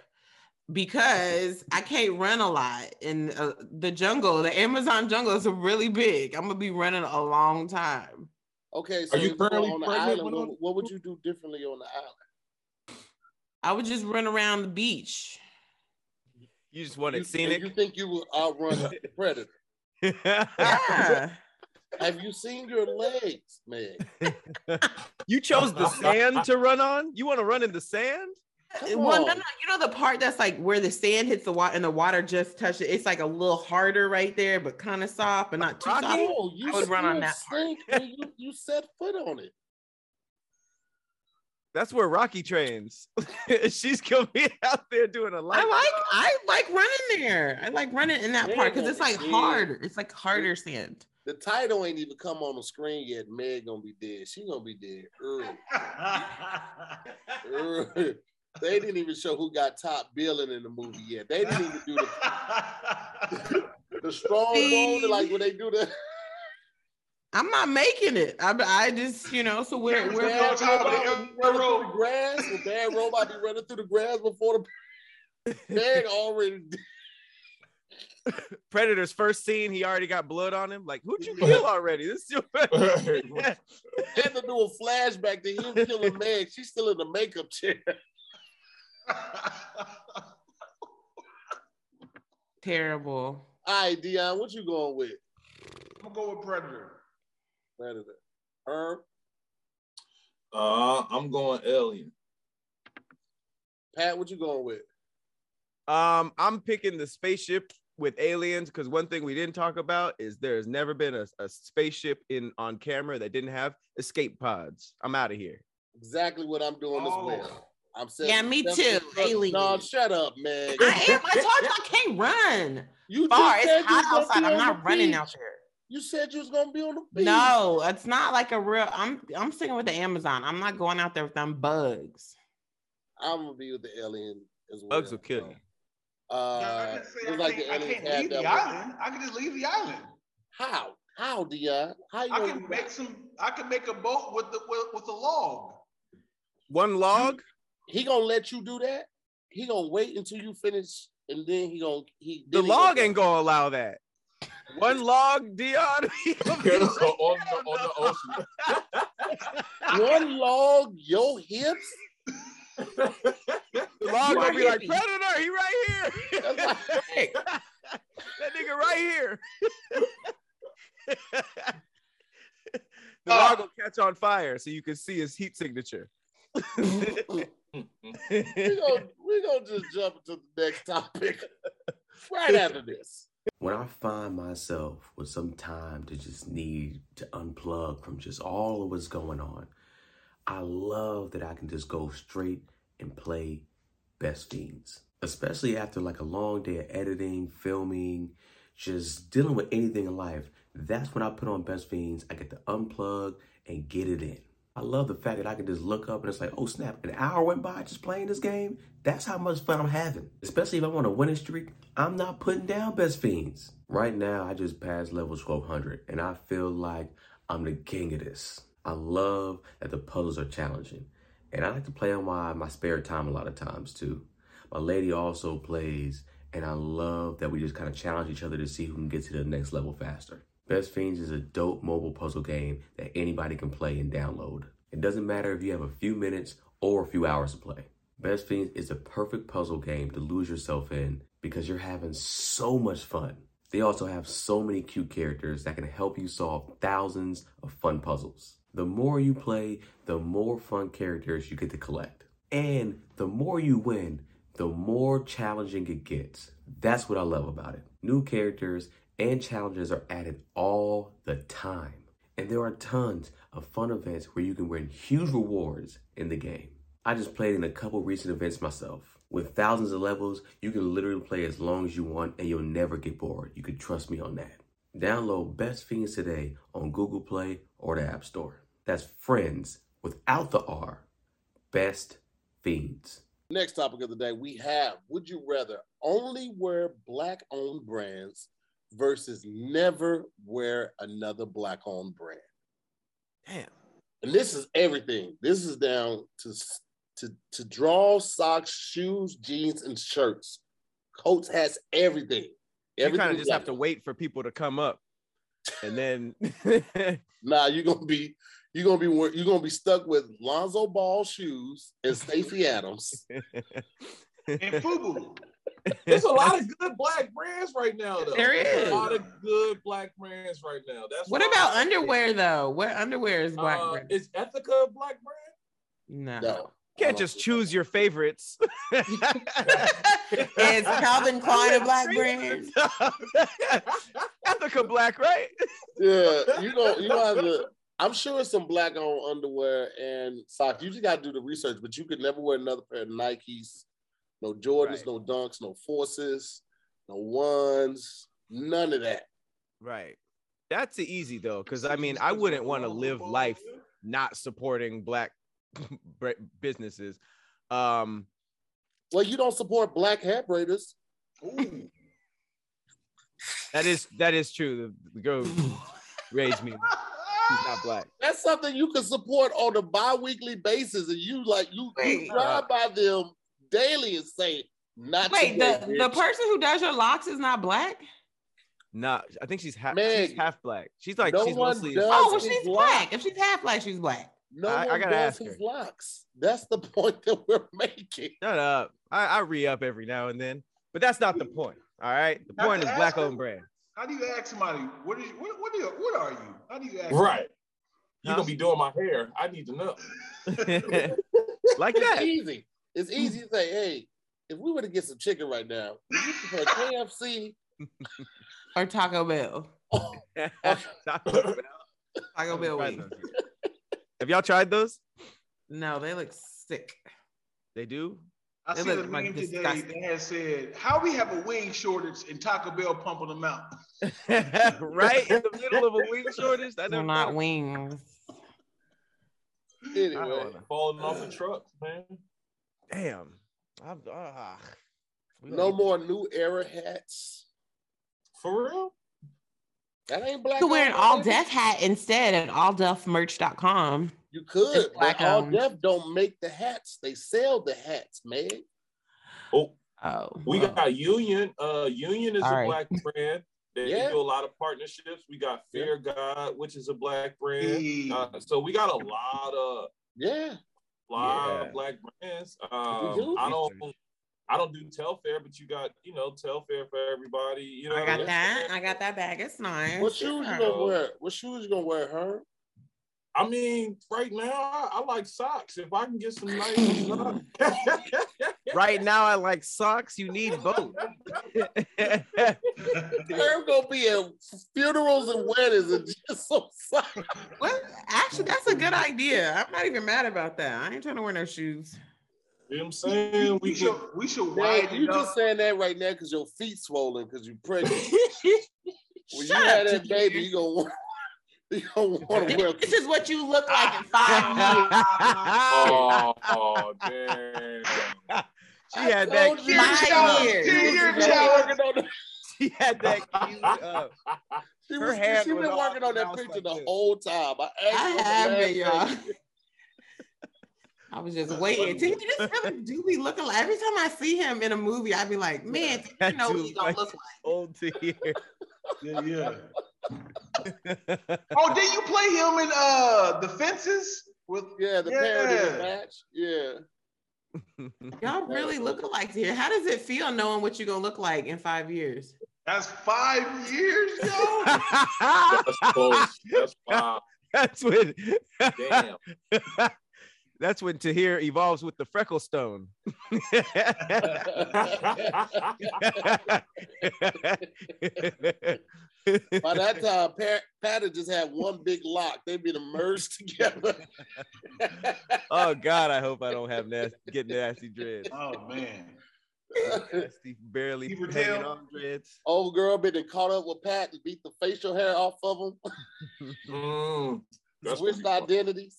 S4: because I can't run a lot in uh, the jungle. The Amazon jungle is really big. I'm gonna be running a long time.
S3: Okay, so
S2: you
S3: if were
S2: currently
S3: on the
S2: pregnant
S3: island,
S2: with
S3: what,
S2: all-
S3: what would you do differently on the island?
S4: I would just run around the beach.
S5: You just wanted
S3: You,
S5: scenic.
S3: You think you would outrun a predator?
S4: Yeah.
S3: Have you seen your legs, Meg?
S4: Uh,
S5: you chose the sand to run on. You want to run in the sand?
S3: Come
S4: well, no,
S3: on.
S4: no, you know the part that's like where the sand hits the water and the water just touches. It's like a little harder right there, but kind of soft, but not too
S5: Rocky?
S4: soft.
S3: No, you
S4: I would run on
S3: still
S4: that part.
S3: stink when you, you set foot on it.
S5: That's where Rocky trains. She's gonna be out there doing a lot.
S4: I like I like running there. I like running in that part because it's like
S3: Yeah.
S4: harder. It's like harder sand.
S3: The title ain't even come on the screen yet. Meg gonna be dead. She gonna be dead early. early. they didn't even show who got top billing in the movie yet. They didn't even do the, the strong bone like when they do the
S4: I'm not making it. I, I just you know. So we're
S1: Yeah,
S4: we're
S1: yeah. on
S3: bad
S1: top of the
S3: robot be
S1: railroad.
S3: running through the grass. The bad robot be running through the grass before the Meg already
S5: Predator's first scene. He already got blood on him. Like who'd you kill already? This is your.
S2: Uh,
S3: had to do a flashback to him killing Meg. She's still in the makeup chair.
S4: terrible.
S3: All right, Dion, what you going with?
S1: I'm gonna go with Predator.
S3: Predator. Herb,
S2: uh, I'm going alien.
S3: Pat, what you going with?
S5: Um, I'm picking the spaceship with aliens because one thing we didn't talk about is there's never been a, a spaceship in on camera that didn't have escape pods. I'm out of here.
S3: Exactly what I'm doing
S1: Oh.
S3: as well. I'm saying,
S4: Yeah, me too, alien.
S3: No, shut up, man.
S4: I am. I told you I can't run
S3: You
S4: far.
S3: just said
S4: It's
S3: you was
S4: hot
S3: gonna
S4: outside.
S3: be
S4: I'm
S3: on
S4: not
S3: the
S4: running
S3: beach.
S4: out there.
S3: You said you was gonna be on the beach.
S4: No, it's not like a real. I'm I'm sticking with the Amazon. I'm not going out there with them bugs.
S3: I'm gonna be with the alien as well.
S5: Bugs will kill you.
S1: I
S3: Uh,
S1: just say
S3: it's
S1: I
S3: like
S1: can't-
S3: the
S1: I
S3: alien
S1: can't
S3: had
S1: leave
S3: that
S1: the
S3: one.
S1: island. I can just leave the island.
S3: How? How, Dion? How you
S1: I
S3: gonna
S1: can
S3: do
S1: make
S3: that?
S1: some. I can make a boat with the with, with a log.
S5: One log.
S3: He gonna let you do that? He gonna wait until you finish, and then he gonna he.
S5: The
S3: then he
S5: log
S3: gonna-
S5: ain't gonna allow that. One log, Dion.
S2: Okay, so on the, on the ocean.
S3: One log, your hips.
S5: The log
S4: You are
S5: gonna be like
S4: hippie.
S5: Predator. He right here.
S3: That's like-
S5: that nigga right here. the
S1: Ah.
S5: log will catch on fire, so you can see his heat signature.
S3: we gonna we gonna just jump to the next topic right after this.
S6: When I find myself with some time to just need to unplug from just all of what's going on, I love that I can just go straight and play Best Fiends. Especially after like a long day of editing, filming, just dealing with anything in life. That's when I put on Best Fiends. I get to unplug and get it in. I love the fact that I can just look up and it's like, oh snap, an hour went by just playing this game. That's how much fun I'm having. Especially if I'm on a winning streak, I'm not putting down Best Fiends. Right now, I just passed level 1200 and I feel like I'm the king of this. I love that the puzzles are challenging. And I like to play on my, my spare time a lot of times too. My lady also plays, and I love that we just kind of challenge each other to see who can get to the next level faster. Best Fiends is a dope mobile puzzle game that anybody can play and download. It doesn't matter if you have a few minutes or a few hours to play. Best Fiends is the perfect puzzle game to lose yourself in because you're having so much fun. They also have so many cute characters that can help you solve thousands of fun puzzles. The more you play, the more fun characters you get to collect. And the more you win, the more challenging it gets. That's what I love about it. New characters and challenges are added all the time. And there are tons of fun events where you can win huge rewards in the game. I just played in a couple recent events myself. With thousands of levels, you can literally play as long as you want and you'll never get bored. You can trust me on that. Download Best Fiends today on Google Play or the App Store. That's friends without the R. Best Fiends.
S3: Next topic of the day, we have Would you rather only wear black owned brands versus never wear another black owned brand?
S5: Damn.
S3: And this is everything. This is down to, s- to, to draw, socks, shoes, jeans, and shirts, coats, hats, everything.
S5: you kind
S3: Everything
S5: of just
S3: black.
S5: have to wait for people to come up, and then
S3: Nah, you're gonna be you're gonna be wear- you're gonna be stuck with Lonzo Ball shoes and Stacey Adams.
S1: And FUBU.
S2: There's a lot of good black brands right now, though.
S4: There
S2: There's
S4: is.
S2: a lot of good black brands right now. That's
S4: What
S2: why
S4: about
S2: I-
S4: underwear though? What underwear is black?
S2: Uh,
S4: brand?
S2: is Ethica a black brand?
S4: no.
S3: No,
S5: You can't just choose your favorites.
S4: is Calvin Klein a black brand?
S5: Ethica Black, right?
S3: Yeah, you gonna you gonna have to. I'm sure it's some black on underwear and socks. You just gotta do the research, but you could never wear another pair of Nikes, no Jordans,
S5: Right.
S3: no Dunks, no Forces, no ones, none of that.
S5: Right. That's the easy though, because I mean, I wouldn't want to live life not supporting black br- businesses. Um,
S3: Well, you don't support black hair braiders.
S1: Ooh.
S5: that is that is true. The, the girl who raised me. She's not black.
S3: That's something you can support on a bi-weekly basis, and you like you, you
S4: Wait.
S3: drive by them daily and say, "Not
S4: Wait,
S3: today,
S4: the, the
S3: bitch.
S4: person who does your locks is not black?
S5: Nah, I think she's half.
S3: Meg,
S5: she's half black. She's like
S3: no
S5: she's
S3: one
S5: mostly.
S3: does.
S4: Oh, well,
S3: she's
S4: she's
S3: black.
S4: black. If she's half black, she's black.
S3: No
S5: I- I
S3: one
S5: gotta
S3: does
S5: ask
S3: his
S5: her.
S3: locks. That's the point that we're making.
S5: Shut up. I, I re up every now and then, but that's not the point. All right. The
S1: Not
S5: point
S1: to
S5: is
S1: ask
S5: black
S1: her.
S5: owned brand.
S1: How do you ask somebody? What is? What, what, are you, what are you? How do you ask?
S2: Right. You
S5: Huh?
S2: gonna be doing my hair? I need to know.
S5: like
S3: It's
S5: that. Hmm.
S3: easy. It's easy to say, hey, if we were to get some chicken right now, would you prefer KFC?
S4: Or Taco Bell.
S5: Taco
S4: Taco Bell
S5: Bell.
S4: wings.
S5: Have y'all tried those?
S4: No, they look sick.
S5: They do.
S1: I
S4: They
S1: seen a
S4: look, like,
S1: meme today that
S4: disgusting.
S1: had said, "How we have a wing shortage and Taco Bell pumping them out."
S5: right in the middle of a wing shortage. I
S4: They're
S5: never
S4: not
S5: not
S4: wings.
S3: Anyway,
S2: Falling off the truck, man.
S5: Damn. I'm, ah. We
S3: no
S5: like-
S3: more new era hats.
S2: For real?
S3: That ain't black.
S4: You could wear an
S3: owned,
S4: all
S3: baby.
S4: deaf hat instead at alldeafmerch.com.
S3: You could.
S4: It's
S3: Black
S4: black
S3: all
S4: owned.
S3: deaf don't make the hats. They sell the hats, man.
S2: Oh,
S4: Oh.
S2: we
S4: well.
S2: got Union. Uh, Union is
S4: Sorry.
S2: a black brand. They
S3: Yeah.
S2: do a lot of partnerships. We got Fear God, which is a black brand.
S1: Hey,
S2: Uh, so we got a lot of
S3: Yeah.
S2: lot
S5: Yeah.
S2: of black brands.
S3: do.
S2: Um, I don't. I don't do Telfair, but you got you know Telfair for everybody. You know,
S4: I
S2: what I'm
S4: got that. I
S2: saying?
S4: got that bag. It's nice.
S3: What shoes you gonna wear? What shoes you gonna wear, her?
S2: I mean, right now I, I like socks. If I can get some nice socks.
S5: Right now, I like socks. You need both.
S3: Herb gonna be at funerals and weddings and just so sorry.
S4: Well, actually, that's a good idea. I'm not even mad about that. I ain't trying to wear no shoes.
S2: You know what I'm
S1: we,
S2: saying? We
S1: should
S2: can,
S1: we should
S3: Man,
S1: widen
S3: you
S1: it up.
S3: just saying that right now because your feet swollen because you pregnant. When you
S4: Shut
S3: had
S4: up,
S3: that baby, you gonna want you gonna want to wear.
S4: This is what you look like in five years.
S2: oh, oh, damn.
S5: she
S3: I
S5: had that
S3: told you.
S5: cute.
S4: Five
S5: uh,
S4: years.
S1: Ten
S3: She
S1: year
S3: been
S1: challenge.
S3: working on the-
S5: She had that cute. Uh,
S3: She
S5: Her
S3: was
S5: hair
S3: she been
S5: was all
S3: working on that
S5: pronounced
S3: picture
S5: like
S3: the
S5: this.
S3: whole time. I asked
S4: I
S3: her the
S4: have
S3: last
S4: it, y'all.
S3: day.
S4: I was just waiting. Timmy this really do be looking like every time I see him in a movie, I'd be like, man, Timmy, you know what he's gonna look
S5: old to hear.
S1: Yeah, yeah. Oh, did you play him in uh the fences with?
S3: Yeah, the parody of the
S1: Yeah.
S3: match. Yeah,
S4: like. Y'all really look alike here. How does it feel knowing what you're gonna look like in five years?
S1: That's five years, yo.
S2: That's close. That's wild.
S5: That's what.
S2: Damn.
S5: That's when Tahir evolves with the freckle stone.
S3: By that time, Pat, Pat had just had one big lock. They'd been merged together.
S5: oh God, I hope I don't have nasty, get nasty dreads.
S1: Oh man.
S5: Nasty, barely
S1: Beaver
S5: hanging
S1: tail.
S5: on dreads.
S3: Old girl been and caught up with Pat and beat the facial hair off of him.
S2: Mm, that's
S3: Switched
S2: what you-
S3: identities.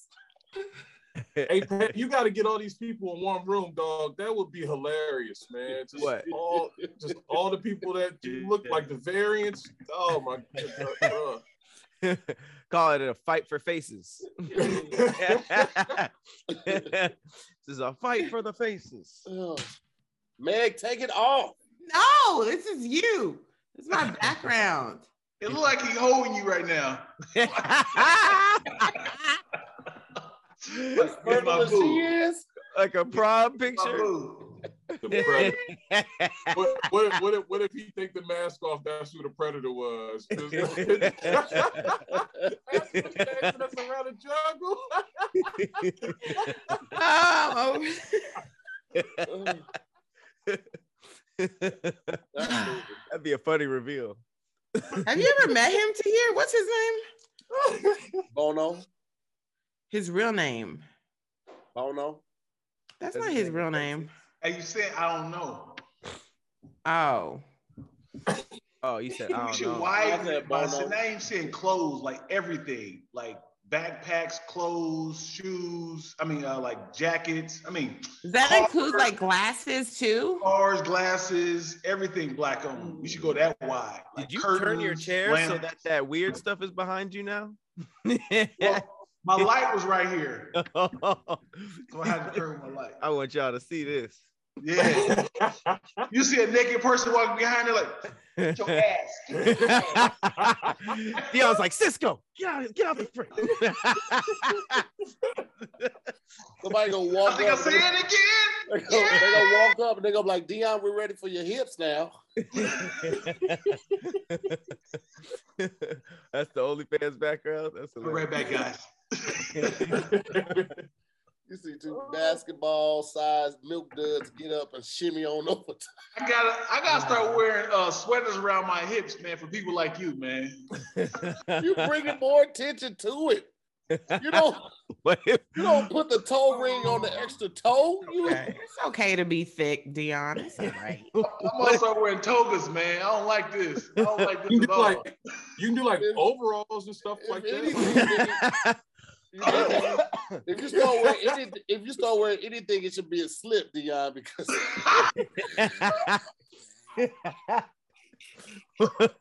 S2: Hey, Pat, you got to get all these people in one room, dog. That would be hilarious, man. Just
S5: What?
S2: all, just all the people that you look like the variants. Oh my uh, god.
S5: Call it a fight for faces. this is a fight for the faces.
S3: Ugh. Oh. Meg, take it off.
S4: No, this is you. This is my background.
S1: It look like he's holding you right now.
S5: like
S1: It's
S3: Fertile
S1: my
S3: as she
S1: boo.
S3: is.
S5: a prom
S1: My
S5: picture.
S1: boo.
S2: The predator. What, what, if- what, if, what if he take the mask off? That's who the predator was. that's the jackson that's around the jungle.
S4: Oh,
S3: Ugh, that's stupid.
S5: That'd be a funny reveal.
S4: have you ever met him, Tahir? What's his name?
S3: Bono.
S4: His real name.
S3: Bono.
S4: That's
S5: That's
S4: not
S5: his
S4: his
S5: name.
S4: real name.
S1: Hey, you said I don't know.
S4: Oh,
S5: Oh, you said I
S1: We
S5: don't
S1: should
S5: know.
S1: widen
S3: I said
S1: it by
S3: Bono.
S1: saying- now you saying clothes, like everything, like backpacks, clothes, shoes. I mean, uh, like jackets. I mean,
S4: does that
S1: Carter.
S4: include like glasses too?
S1: cars, glasses, everything black on. You should go that wide. Like
S5: Did you
S1: curtains,
S5: turn your chair so
S1: lamps.
S5: that that weird stuff is behind you now?
S1: Well, my light was right here, so I had to
S5: I
S1: turn my light.
S5: want y'all to see this.
S1: Yeah. You see a naked person walking behind her, like "Get your ass.
S5: Dion's like Cisco, get out, get out the frame.
S3: Somebody gonna
S1: I
S3: walk
S1: think I
S3: up.
S1: say
S3: They
S1: it again.
S3: gonna, they gonna walk up and they gonna be like, Dion, we're ready for your hips now.
S5: That's the OnlyFans background. That's
S1: Be right back,
S5: hilarious.
S1: guys.
S3: You see two
S1: Oh.
S3: basketball sized milk duds get up and shimmy on over.
S1: I gotta, I gotta start wearing uh, sweaters around my hips, man, for people like you, man.
S3: You bringing more attention to it. You don't
S5: What if-
S3: you don't put the toe ring on the extra toe. You
S4: Okay. It's okay to be thick, Dion. It's all right.
S1: I'm gonna start wearing togas, man. I don't like this. I don't like
S2: You
S1: this at
S2: can do
S1: all.
S2: like you can do like overalls and stuff like that.
S3: you- if you start wearing any, if you start wearing anything, it should be a slip, Dion, because
S5: what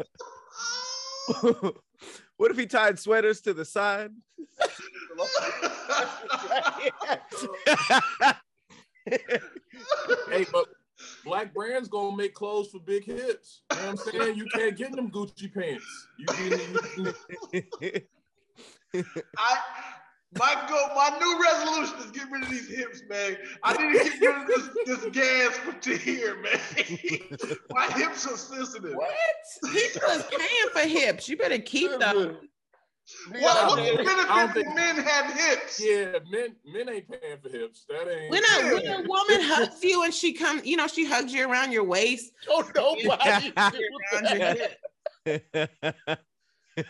S5: if he tied sweaters to the side?
S2: Hey, but black brands gonna make clothes for big hips. You know what I'm saying? You can't get them Gucci pants. You can, you-
S1: I, my go, my new resolution is get rid of these hips, man. I need to get rid of this, this gas from to here, man. my hips are sensitive.
S4: what? People is paying for hips. You better keep them.
S1: What, what
S2: Yeah, I don't
S1: benefit
S2: think-
S1: do men have hips?
S2: yeah, men men ain't paying for hips. That ain't.
S4: When a, when a woman hugs you and she comes, you know, she hugs you around your waist.
S3: Oh, nobody.
S4: Around your hip.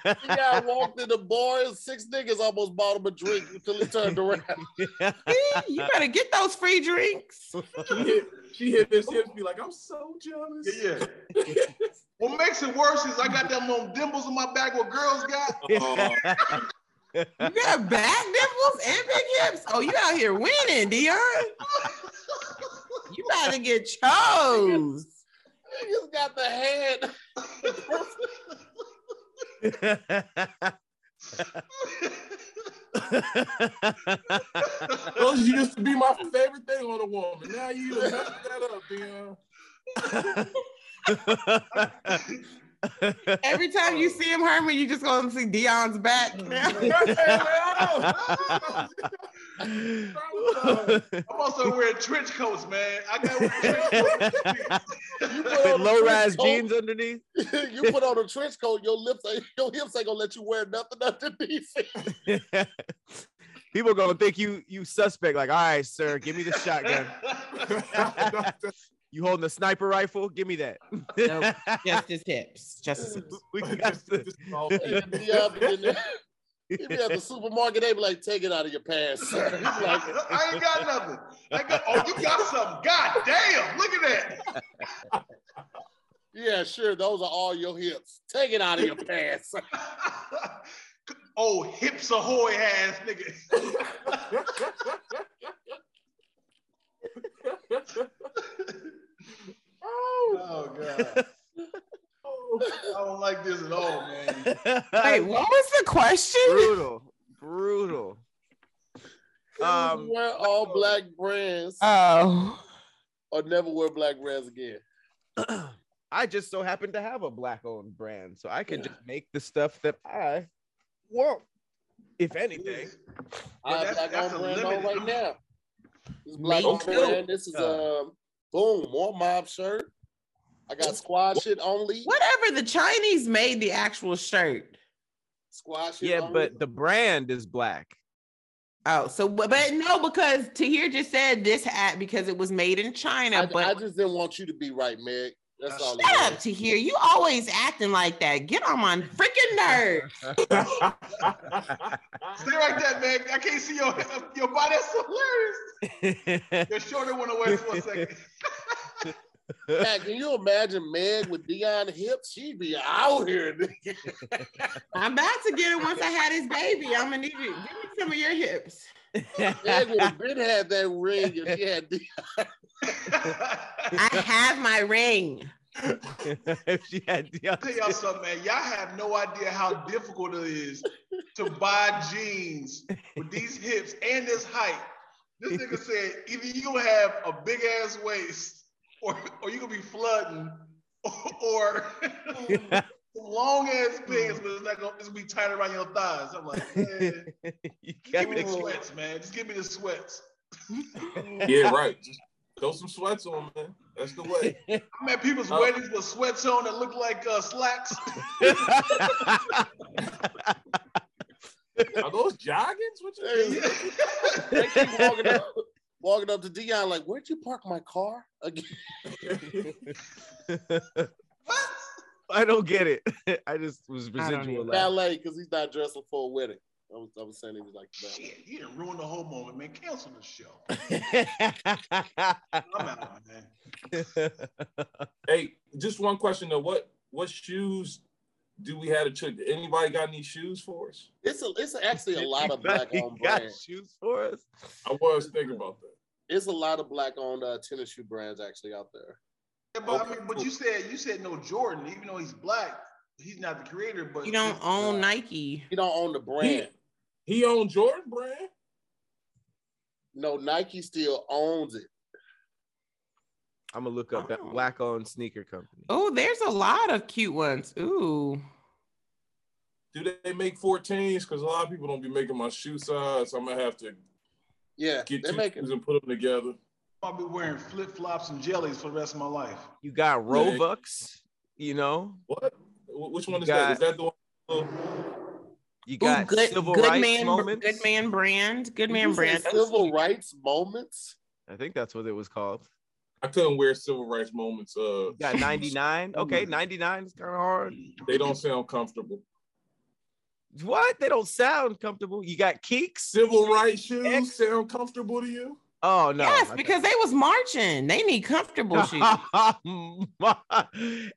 S3: Dion walked in the bar and six niggas almost bought him a drink until he turned around.
S4: you better get those free drinks.
S2: she hit, she hit his hips, be like, I'm so jealous.
S1: Yeah. yeah. what makes it worse is I got them on dimples in my back. What girls got?
S2: Oh,
S4: You got back nipples and big hips. Oh, you out here winning, Dion. You about to get chose.
S3: Niggas got the hand.
S2: those used to be my favorite thing on a woman. Now you done messed that up, Dion.
S4: Every time you see him, Herman, you just gonna see Dion's back now.
S1: I'm also wearing trench coats, man. I got to wear trench coats.
S3: You put
S5: With
S3: on a
S5: low rise
S3: trench
S5: jeans underneath.
S3: coat- You put on a trench coat, your lips, ain't, your hips ain't gonna let you wear nothing underneath. it.
S5: people gonna think you you suspect. Like, all right, sir, give me the shotgun. You holding a sniper rifle? Give me that.
S4: Nope. just his hips. Just his hips.
S5: we got to,
S3: Even Dion be in there- he be at the supermarket, they be like, take it out of your pants, sir. He be like,
S1: I ain't got nothing. I got, oh, you got something. God damn. Look at that.
S3: yeah, sure, those are all your hips. Take it out of your pants. sir."
S1: oh, hips ahoy ass nigga. Oh god. I don't like this at all, man.
S4: Wait, what was the question?
S5: brutal, brutal. Um,
S3: wear all black brands
S4: Oh.
S3: or never wear black brands again.
S5: I just so happen to have a black-owned brand, so I can just make the stuff that I want. If anything,
S1: But
S3: I have
S1: that's-
S3: black
S1: that's
S3: on
S1: a
S3: brand on
S1: limited-
S3: right now. This black on
S4: too.
S3: brand. This is um boom, more mob shirt. I got squad shit only.
S4: Whatever the Chinese made the actual shirt.
S3: Squad shit
S5: yeah,
S3: only.
S5: but the brand is black.
S4: Oh, so but, but no, because Tahir just said this hat because it was made in China.
S3: I,
S4: but
S3: I just didn't want you to be right, Meg. That's all. it
S4: shut up,
S3: was.
S4: Tahir. You always acting like that. Get on my freaking nerve.
S1: Stay like that, man. I can't see your your body. That's hilarious. Your shoulder went away for a second.
S3: Pat, can you imagine Meg with Dion hips? She'd be out here.
S4: I'm about to get it once I had his baby. I'm gonna need you. Give me some of your hips.
S3: Meg would have been had that ring if she had. Dion.
S4: I have my ring.
S5: if she had
S1: tell
S5: Deontay,
S1: y'all something, man. Y'all have no idea how difficult it is to buy jeans with these hips and this height. This nigga said either you gonna have a big ass waist, or or you gonna be flooding, or, long ass pants, but it's not gonna it's gonna be tight around your thighs. I'm like, man,
S5: you
S1: give
S5: got
S1: me the
S5: to-
S1: sweats, man. Just give me the sweats.
S2: yeah, right. Just throw some sweats on, man. That's the way.
S1: I'm at people's
S2: Oh.
S1: weddings with sweats on that look like uh, slacks.
S2: Are those joggings? What you
S3: Hey, they keep walking up, walking up to Dion like, "Where'd you park my car again?"
S1: what?
S5: I don't get it. I just was residual.
S4: either.
S5: laugh.
S3: Ballet because he's not dressing for a wedding. I was, I was saying he was like ballet.
S1: Shit, you done ruined the whole moment, man. Cancel the show. I'm out, man.
S2: Hey, just one question though. What what shoes do we have to check? Anybody got any shoes for us?
S3: It's a, it's actually a lot of black
S5: He
S3: on
S5: got
S3: brands.
S5: shoes for us.
S2: I was thinking about that.
S3: It's a lot of black on uh, tennis shoe brands actually out there.
S1: Yeah, but
S2: Okay,
S1: I mean, but
S2: cool.
S1: you said you said no Jordan, even though he's black, he's not the creator. But
S4: You don't
S5: um,
S4: own Nike.
S3: You don't own the brand.
S2: He owned Jordan brand.
S3: No, Nike still owns it.
S5: I'm gonna look up that
S4: Oh.
S5: black owned sneaker company.
S4: Oh, there's a lot of cute ones. Ooh.
S2: Do they make 14s? Because a lot of people don't be making my shoe size. So I'm gonna have to
S3: Yeah,
S2: get
S3: they
S2: two
S3: make it.
S2: shoes and put them together.
S1: I'll be wearing flip flops and jellies for the rest of my life.
S5: You got Robux, you know,
S2: What? Wh- Which one
S5: You
S2: is that? Is that the one?
S5: you
S4: Ooh,
S5: got
S4: good,
S5: civil
S4: good
S5: rights
S4: man,
S5: moments.
S4: good man brand, good
S3: Did
S4: man
S3: you say
S4: brand. Those-
S3: Civil rights moments.
S5: I think that's what it was called.
S2: I couldn't wear civil rights moments. Uh,
S5: You got 99. Okay, 99 is kind of hard.
S2: they don't sound comfortable.
S5: What? They don't sound comfortable. You got Keeks.
S2: Civil rights shoes
S5: X.
S2: sound comfortable to you?
S5: Oh no.
S4: yes,
S5: okay.
S4: because they was marching. They need comfortable shoes.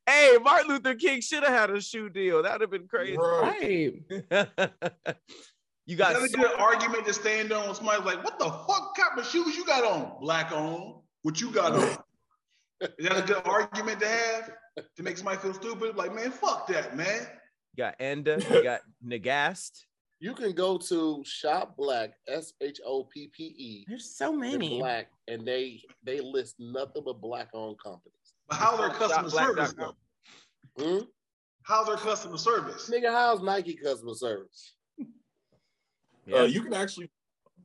S5: hey, Martin Luther King should have had a shoe deal. That'd have been crazy.
S2: Right.
S4: Right.
S5: you
S1: That's
S5: got
S1: a good argument to stand on. Somebody's like, "What the fuck kind of shoes you got on? Black on? What you got on? Is that a good argument to have to make somebody feel stupid? Like, man, fuck that, man.
S5: you got Enda, you got Nagast.
S3: You can go to Shop Black S H O P P E.
S4: There's so
S3: they're
S4: many.
S3: black and they they list nothing but black owned companies.
S1: But how's their customer service
S5: Black.com.
S1: though?
S3: Hmm?
S1: How's their customer service?
S3: Nigga, how's Nike customer service?
S5: Yeah.
S2: Uh, you can actually.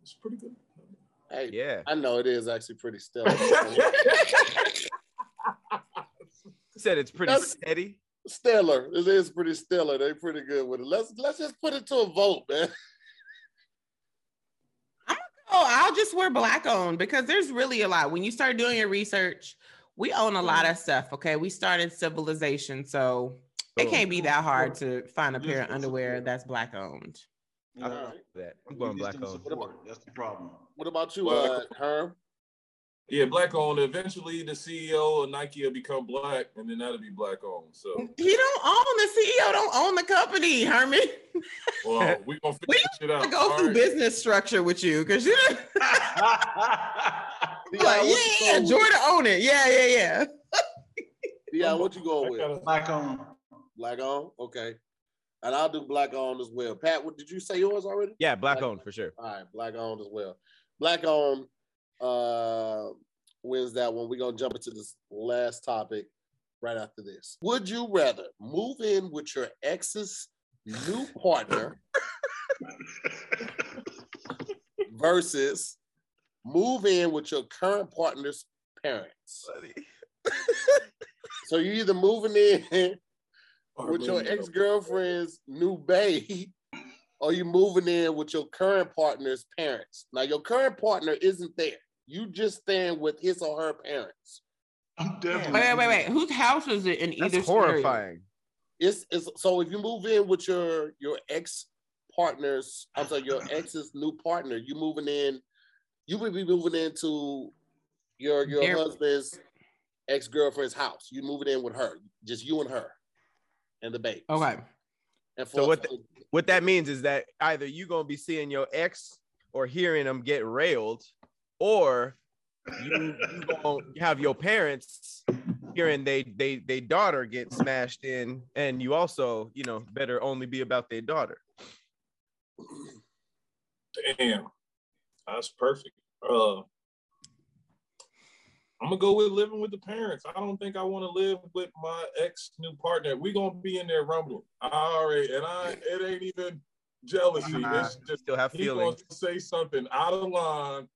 S2: It's pretty good.
S3: Hey,
S5: yeah.
S3: I know it is actually pretty stellar.
S5: Said it's pretty
S3: That's-
S5: steady.
S3: stellar. It is pretty stellar. They pretty good with it. Let's let's just put it to a vote, man.
S4: Oh, I'll just wear black owned because there's really a lot. When you start doing your research, we own a lot of stuff. Okay. We started civilization. So it
S3: Oh.
S4: can't be that hard to find a
S1: Yes,
S4: pair of
S1: that's
S4: underwear
S1: true.
S4: that's black owned.
S1: You know,
S3: Alright.
S5: That I'm
S1: we
S5: going
S1: just
S5: black
S1: didn't
S5: owned.
S1: support it. That's the problem.
S3: What about you, uh,
S2: Well,
S3: Herm?
S2: Yeah, black owned. Eventually, the CEO of Nike will become black, and then that'll be black owned. So,
S4: He don't own the CEO, don't own the company, Herman.
S2: well, we gonna figure
S4: We
S2: this shit
S4: I
S2: out.
S4: go
S2: All
S4: through
S2: right.
S4: business structure with you because you
S3: Di,
S4: like,
S3: what
S4: yeah,
S3: you
S4: yeah,
S3: going with?
S4: Jordan own it. Yeah, yeah, yeah.
S3: Di, what you going
S2: I
S3: with?
S2: gotta-
S1: Black on.
S3: Black on, okay. And I'll do black on as well. Pat, what did you say yours already?
S5: Yeah, black owned for sure.
S3: All right, black on as well. Black on uh wins that one. We're gonna jump into this last topic right after this. Would you rather move in with your ex's new partner versus move in with your current partner's parents? So you're either moving in
S2: All
S3: with
S2: right,
S3: your
S2: man.
S3: ex girlfriend's new babe, or you moving in with your current partner's parents. Now your current partner isn't there. You just staying with his or her parents.
S1: I'm definitely.
S4: Wait, wait, wait, wait. Whose house is it in
S5: That's
S4: either
S5: horrifying.
S3: It's, it's so if you move in with your your ex partner's, I'm sorry, your ex's new partner, you moving in, you would be moving into your your
S4: Their-
S3: husband's ex girlfriend's house. You moving in with her, just you and her, and the baby.
S4: Okay.
S3: And for
S5: So what the- What that means is that either you gonna be seeing your ex or hearing them get railed, or you, you gonna have your parents hearing they they they daughter get smashed in, and you also you know better only be about their daughter.
S2: Damn, that's perfect. Uh, I'm gonna go with living with the parents. I don't think I want to live with my ex new partner. We gonna be in there rumbling. All right, and I it ain't even jealousy.
S4: Nah.
S2: It's just
S5: Still have
S2: he
S5: feelings.
S2: gonna say something out of line.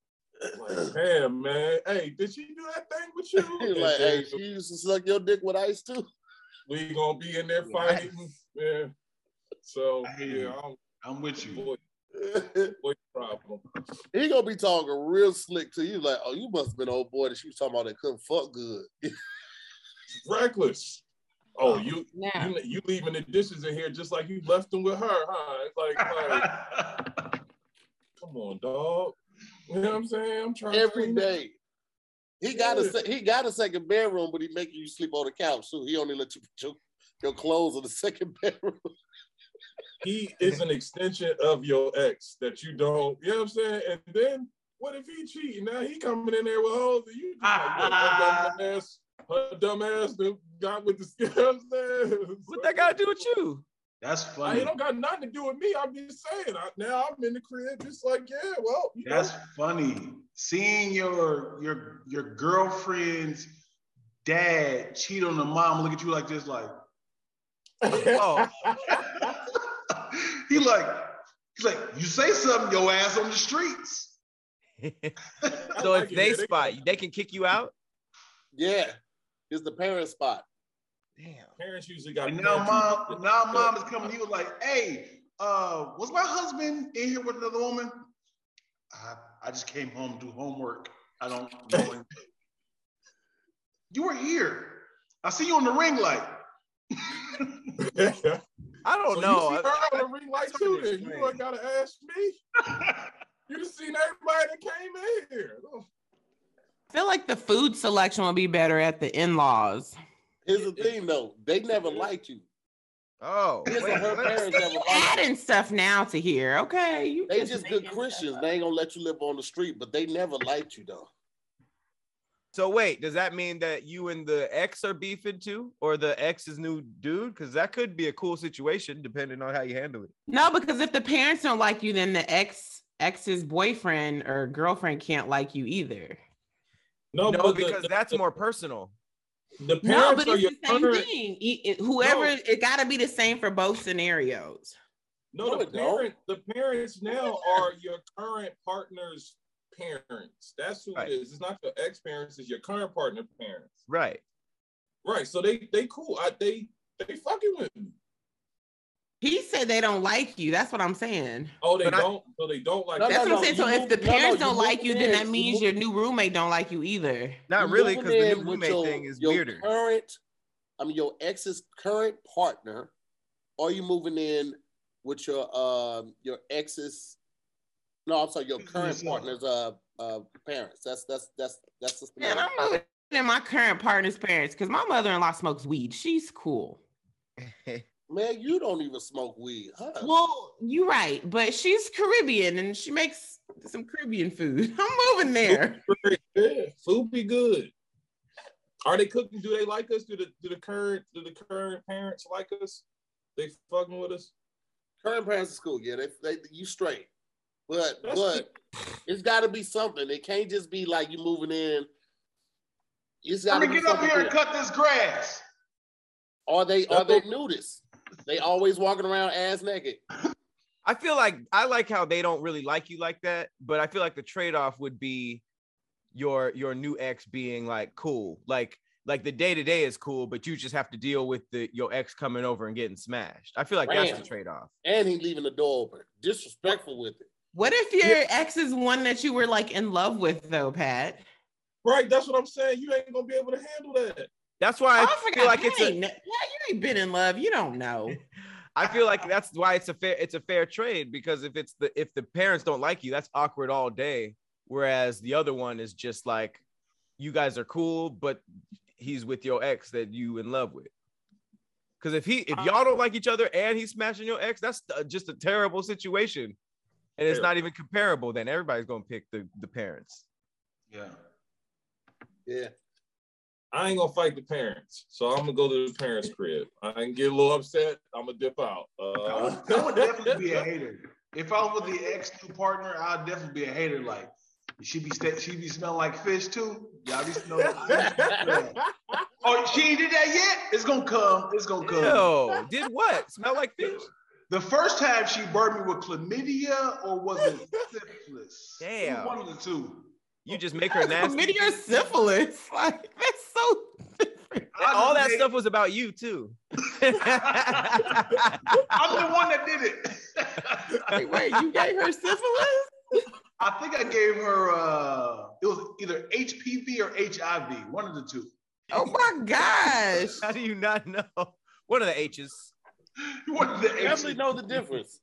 S2: Like, damn, man. Hey, did she do that thing with you? And
S3: like, hey,
S2: then
S3: she used to suck your dick with ice too.
S2: we gonna be in there fighting. Yeah. So
S1: I hear you.
S2: yeah, I'm
S1: I'm with you.
S2: boy, boy problem.
S3: he gonna be talking real slick to you, like, oh, you must have been old boy that she was talking about that couldn't fuck good.
S2: Reckless. Oh, you
S4: Yeah.
S2: you, you leaving the dishes in here just like you left them with her, huh? It's like, like come on, dog. You know what I'm saying? I'm trying to
S3: Every
S2: clean up.
S3: day. He got a
S2: Yeah.
S3: se- he got a second bedroom, but he making you sleep on the couch too. He only let you put your, your clothes in the second bedroom.
S2: He is an extension of your ex that you don't. You know what I'm saying? And then what if he cheating? Now he coming in there with hoes, and you just like, look,
S5: Ah.
S2: her dumb ass, her dumb ass that got with the. You know what I'm saying?
S5: What that got to do with you?
S1: That's
S2: I, it
S1: funny.
S2: don't got nothing to do with me. I'm just saying. I, now I'm in the crib, just like yeah. Well, you know,
S1: That's funny. Seeing your your your girlfriend's dad cheat on the mom, look at you like this, like
S5: Oh.
S1: he like he's like, you say something, your ass on the streets.
S2: I
S5: so
S2: like
S5: if
S2: it
S5: they
S2: here.
S5: spot you, they can kick you out.
S3: Yeah, it's the parent spot.
S5: Damn.
S2: parents usually got.
S1: And now mom,
S2: parents
S1: now mom is coming to you like, hey, uh, was my husband in here with another woman? I, I just came home to do homework. I don't know. him." you were here. I see you on the ring light.
S2: who-
S5: I don't
S2: So
S5: know.
S2: You
S5: Oh, I-
S2: see her on the ring light
S5: that's
S2: too,
S5: hard to
S2: then you
S5: explain.
S2: ain't gotta ask me. You done seen everybody that came in here.
S4: I feel like the food selection will be better at the in-laws.
S3: Here's the thing though, they never liked you.
S5: oh,
S3: His or
S5: wait,
S3: her
S5: what?
S3: parents never
S4: You
S3: liked you.
S4: adding stuff now to here. Okay. You
S3: They just good
S4: making
S3: Christians.
S4: stuff up.
S3: They ain't gonna let you live on the street, but they never liked you though.
S5: so wait, does that mean that you and the ex are beefing too, or the ex's new dude? Because that could be a cool situation depending on how you handle it.
S4: No, because if the parents don't like you, then the ex ex's boyfriend or girlfriend can't like you either.
S2: No,
S5: no, because that's more personal.
S2: the
S4: No,
S2: parents
S4: but
S2: are
S4: it's
S2: your
S4: the same
S2: current.
S4: thing. E- it- whoever
S2: No.
S4: it got to be the same for both scenarios.
S2: No, the
S3: No, it don't.
S2: parent, the parents now are your current partner's parents. That's who
S5: Right.
S2: it is. It's not your ex parents. It's your current partner parents.
S5: Right.
S2: Right. So they they cool. I, they they fucking with me.
S4: He said they don't like you. That's what I'm saying.
S2: Oh, they
S5: But I-
S2: don't. so they don't like.
S3: No,
S4: That's
S3: no,
S4: what I'm saying.
S3: you
S4: So if
S3: move-
S4: the
S3: no, no,
S4: parents
S3: you
S4: don't like
S3: move
S4: you,
S3: in.
S4: then that
S3: You
S4: means
S3: move-
S4: your new roommate don't like you either.
S5: Not really, because the
S3: Living
S5: new
S3: in with
S5: roommate
S3: your-
S5: thing is
S3: your
S5: weirder.
S3: Current, I mean, your ex's current partner, or you moving in with your um your ex's? No, I'm sorry, your
S1: Excuse
S3: current
S1: yourself.
S3: partner's uh, uh parents. That's that's that's that's the
S4: Man, I'm moving in my current partner's parents because my mother-in-law smokes weed. She's cool.
S3: man. You don't even smoke weed, huh?
S4: Well, you're right, but she's Caribbean and she makes some Caribbean food. I'm moving there.
S2: Yeah, food be good. Are they cooking? Do they like us? Do the do the current do the current parents like us? They fucking with us.
S3: current parents at school, yeah, they, they you straight, but
S2: That's
S3: but it's got to be something. It can't just be like you moving in. It's got
S1: Let
S3: to
S1: me
S3: be
S1: get up
S3: something.
S1: here and
S3: there.
S1: cut this grass.
S3: Are they are
S2: That's
S3: they nudists? They always walking around ass naked.
S5: I feel like I like how they don't really like you like that, but I feel like the trade-off would be your your new ex being like cool. Like like the day-to-day is cool, but you just have to deal with the your ex coming over and getting smashed. I feel like that's
S3: Right.
S5: the trade-off.
S3: and he leaving the door open. Disrespectful with it.
S4: What if your ex is one that you were like in love with though, Pat?
S2: Right, that's what I'm saying. You ain't gonna be able to handle that.
S5: That's why I,
S4: oh, I
S5: feel
S4: forgot.
S5: like
S4: you
S5: it's a
S4: ain't, yeah, you ain't been in love. You don't know.
S5: I feel like that's why it's a fair it's a fair trade because if it's the if the parents don't like you, that's awkward all day. Whereas the other one is just like you guys are cool, but he's with your ex that you in love with. Because if he if y'all don't like each other and he's smashing your ex, that's uh, just a terrible situation, and it's not even comparable. Then everybody's gonna pick the the parents.
S1: Yeah.
S3: Yeah.
S2: I ain't gonna fight the parents, so I'm gonna go to the parents' crib. I can get a little upset. I'm gonna dip out.
S1: I would,
S2: Uh,
S1: I would definitely be a hater. If I was with the ex new partner, I'd definitely be a hater. Like, she be sta- she be smelling like fish too. Y'all be smelling. oh, she ain't did that yet. It's gonna come. It's gonna come.
S5: Yo, did what? Smell like fish?
S1: The first time she burned me with chlamydia or was it syphilis? It was
S5: Damn.
S1: One of the two.
S5: You just make her nasty.
S4: Chlamydia or syphilis. Like that's so different.
S1: I
S5: All that
S1: just
S5: stuff was about you too.
S1: I'm the one that did it.
S4: Like, wait, you gave her syphilis?
S1: I think I gave her uh it was either HPV or HIV, one of the two.
S4: Oh my gosh.
S5: How do you not know? One of the H's.
S1: One of the
S3: Definitely
S1: H's.
S3: know the difference.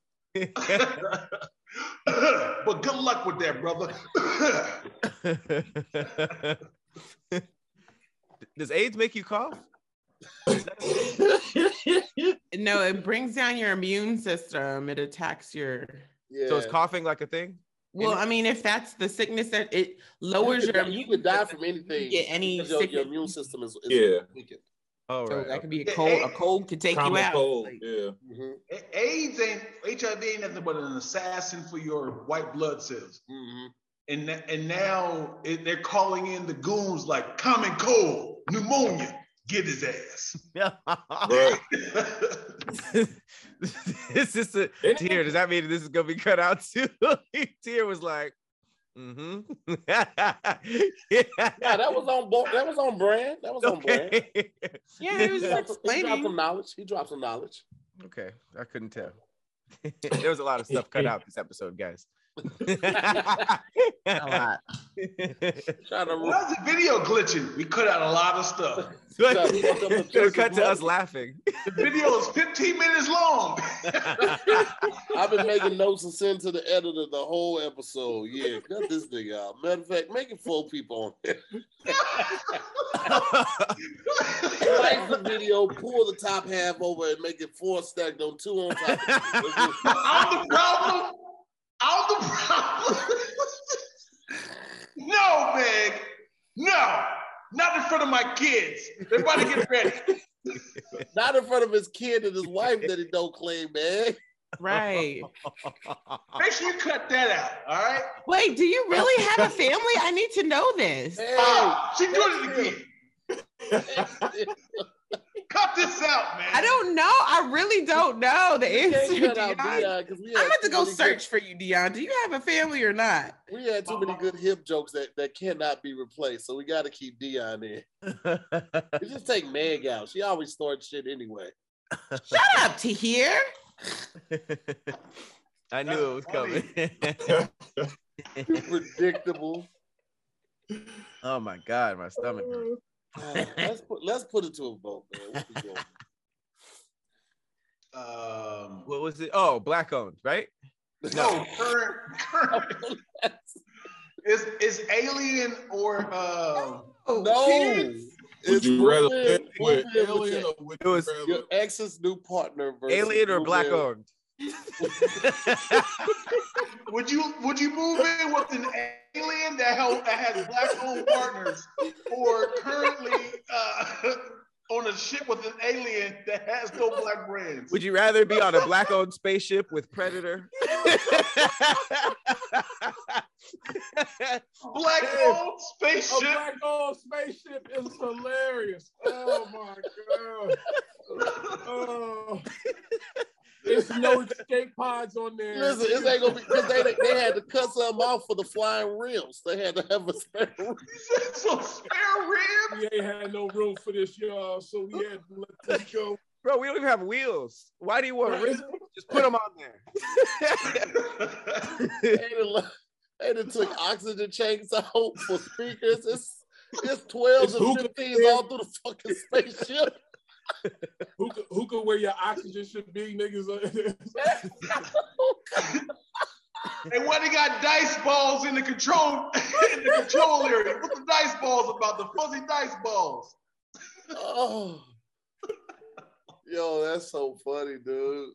S1: but good luck with that, brother.
S5: Does AIDS make you cough?
S4: No, it brings down your immune system. It attacks your.
S3: Yeah.
S5: So is coughing like a thing?
S4: Well,
S5: it-
S4: I mean, if that's the sickness that it lowers
S3: you could,
S4: your
S3: you
S4: immune
S3: could die
S4: system,
S3: from anything.
S4: get any
S3: because your, your
S4: sickness.
S3: immune system is, is
S2: yeah,
S3: weakened.
S5: Oh,
S4: So
S5: right.
S4: that could be a
S1: Yeah,
S4: cold. A
S1: it-
S4: cold could take you
S2: common
S4: out.
S2: cold.
S4: Like,
S2: Yeah,
S3: Mhm,
S1: A- AIDS ain't HIV ain't nothing but an assassin for your white blood cells.
S3: mhm.
S1: And na- and now it, they're calling in the goons like common cold, pneumonia, get his ass.
S2: right.
S5: this is a
S2: Ain't it-
S5: tear. Does that mean this is gonna be cut out too? tear was like, mm-hmm.
S3: Yeah, that was on bo- that was on brand. That was on brand.
S5: okay.
S4: yeah, it was
S3: He dropped, he
S4: just
S3: dropped
S4: explaining.
S3: some knowledge. He dropped some knowledge.
S5: Okay, I couldn't tell. there was a lot of stuff cut out this episode, guys.
S4: A lot.
S3: Trying to
S1: Why is the video glitching? We cut out a lot of stuff.
S5: It'll cut to us laughing.
S1: The video is 15 minutes long.
S3: I've been making notes and send to the editor the whole episode. Yeah, cut this nigga out. Matter of fact, make it four people on there. Slice the video, pull the top half over, and make it four stacked on two on top. Of two.
S1: I'm the problem. I'm the problem. no, Meg. No. Not in front of my kids. Everybody get ready.
S3: Not in front of his kid and his wife that he don't claim, man.
S4: Right.
S1: Make sure you cut that out. All right.
S4: Wait, do you really have a family? I need to know this.
S3: Hey,
S1: Oh, she doing it again. Cut this out, man.
S4: I don't know. I really don't know the
S3: you can't
S4: answer.
S3: cut out
S4: Dion.
S3: Dion 'cause we
S4: I'm
S3: had
S4: about to
S3: too
S4: go
S3: many
S4: search for you, Dion. Do you have a family or not?
S3: Good, we had too many good hip jokes that, that cannot be replaced, so we got to keep Dion in. We just take Meg out. She always starts shit anyway.
S4: Shut up, to hear.
S5: I knew it was coming.
S3: You predictable.
S5: oh my god, my stomach. hurts.
S3: Uh, let's put let's put it to a vote, man. What we doing?
S1: Um,
S5: What was it? Oh, black owned, right?
S1: no, current, current. It's it's alien or uh,
S4: Oh,
S3: No,
S2: Would
S3: It's
S2: you rather
S3: Lil
S2: live with
S3: Lil
S2: alien
S3: Lil
S2: or would
S5: It was-
S2: you
S3: your
S2: rather?
S3: ex's new partner versus
S5: Alien or
S3: Lil
S5: black
S3: Lil.
S5: owned?
S1: would you would you move in with an alien that, hel- that has black owned partners or currently uh, on a ship with an alien that has no black brands?
S5: Would you rather be on a black owned spaceship with Predator?
S1: black owned
S2: A
S1: spaceship?
S2: Oh, black old spaceship is hilarious. Oh my god. Oh. There's no escape pods on there.
S3: Listen, this ain't gonna be because they they had to cut some off for the flying rims. They had to have a spare rim.
S1: so spare rib?
S2: we ain't had no room for this, y'all. So we had to let this go.
S5: Bro, we don't even have wheels. Why do you want wheels? Just put them on there.
S3: They done le- they done took oxygen tanks out for speakers. It's it's twelves
S2: It's
S3: and
S2: hookah.
S3: fifteens all through the fucking spaceship.
S2: Who could, who could wear your oxygen should be niggas?
S1: And why they got dice balls in the control in the control area? What's the dice balls about? The fuzzy dice balls.
S3: Oh. Yo, that's so funny, dude.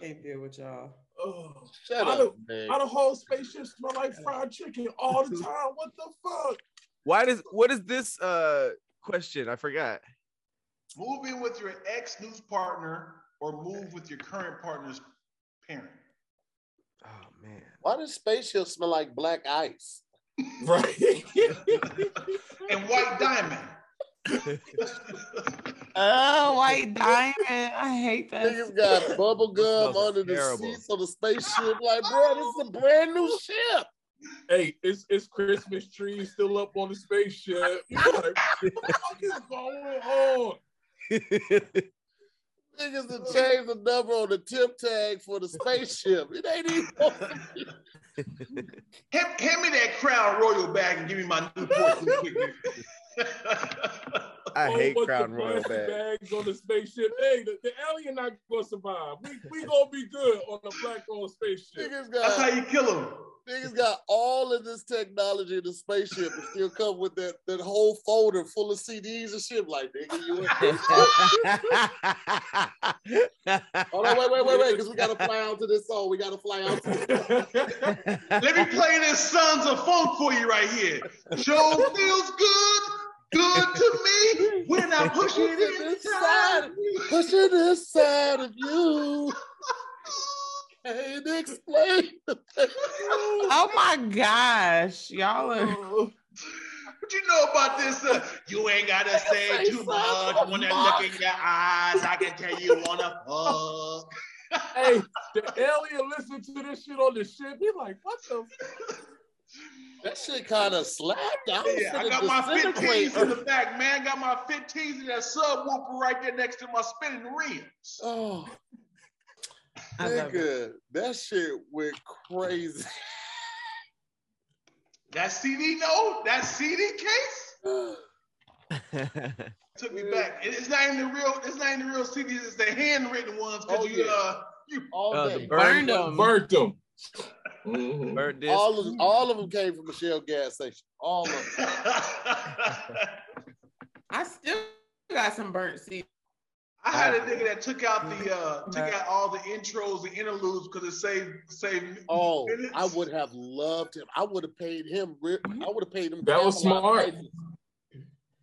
S4: Can't deal with y'all.
S2: oh.
S3: Shut
S2: I
S3: up,
S2: don't-
S3: man.
S2: How the whole spaceship smell like fried chicken all the time? What the fuck?
S5: Why does what is this uh question? I forgot.
S1: Move in with your ex new partner or move with your current partner's parent.
S5: Oh man.
S3: Why does spaceship smell like black ice?
S2: Right.
S1: And white diamond.
S4: Oh, white diamond. I hate
S3: Niggas got bubble gum
S5: smells like
S3: under the
S5: terrible.
S3: seats on the spaceship. Like, bro, this is a brand new ship.
S2: hey, it's it's Christmas tree still up on the spaceship. You're like, what the fuck is going on?
S3: Niggas done changed the number on the tip tag for the spaceship. It ain't even.
S1: Hand, hand me that Crown Royal bag and give me my new portion quick.
S5: I
S2: Whole
S5: hate
S2: bunch
S5: Crown
S2: of
S5: Royal
S2: plastic
S5: bag.
S2: bags on the spaceship. Hey, the, the alien not gonna survive. We we gonna be good on the black owned spaceship.
S3: Niggas
S1: That's how
S3: got
S1: you kill them.
S3: niggas got all of this technology in the spaceship and still come with that, that whole folder full of CDs and shit. Like, nigga, you. Oh no, wait, wait, wait, wait, because we gotta fly out to this song. We gotta fly out. To-
S1: Let me play this Sons of Funk for you right here. Joe feels good, good to me when I push it inside.
S3: Pushing this side of you. Can't explain.
S4: Oh my gosh, y'all are.
S3: Oh,
S1: What you know about this? Uh, you ain't gotta say too much when I look in your eyes. I can tell you wanna fuck.
S2: hey, the alien listened to this shit on the ship. He like, what the
S3: That shit kind of slapped. I, was
S1: Yeah, I
S3: finna
S1: got my
S3: disintegrate
S1: 15s in the back, man. Got my 15s in that subwoofer right there next to my spinning rims.
S3: Oh,
S4: I love it.
S3: nigga, that shit went crazy.
S1: That CD, no, that CD case took me back. It- It's not even the real. It's not even the real CDs. It's the handwritten ones because
S3: Oh,
S1: you,
S3: yeah.
S1: uh, you
S3: All
S5: Oh, the
S3: day.
S5: burned
S4: Burned
S2: fuck?
S4: them.
S2: Burnt them. Mhm.
S5: Burnt disc.
S3: All of, all of them came from Michelle gas station. All of them.
S1: I
S4: I still got some burnt seeds.
S1: had a nigga that took out the uh, took out all the intros and interludes because it saved saved. me.
S3: Oh, I would have loved him. I would have paid him. ri- I would have paid him.
S2: That was smart.
S3: Camelot prices.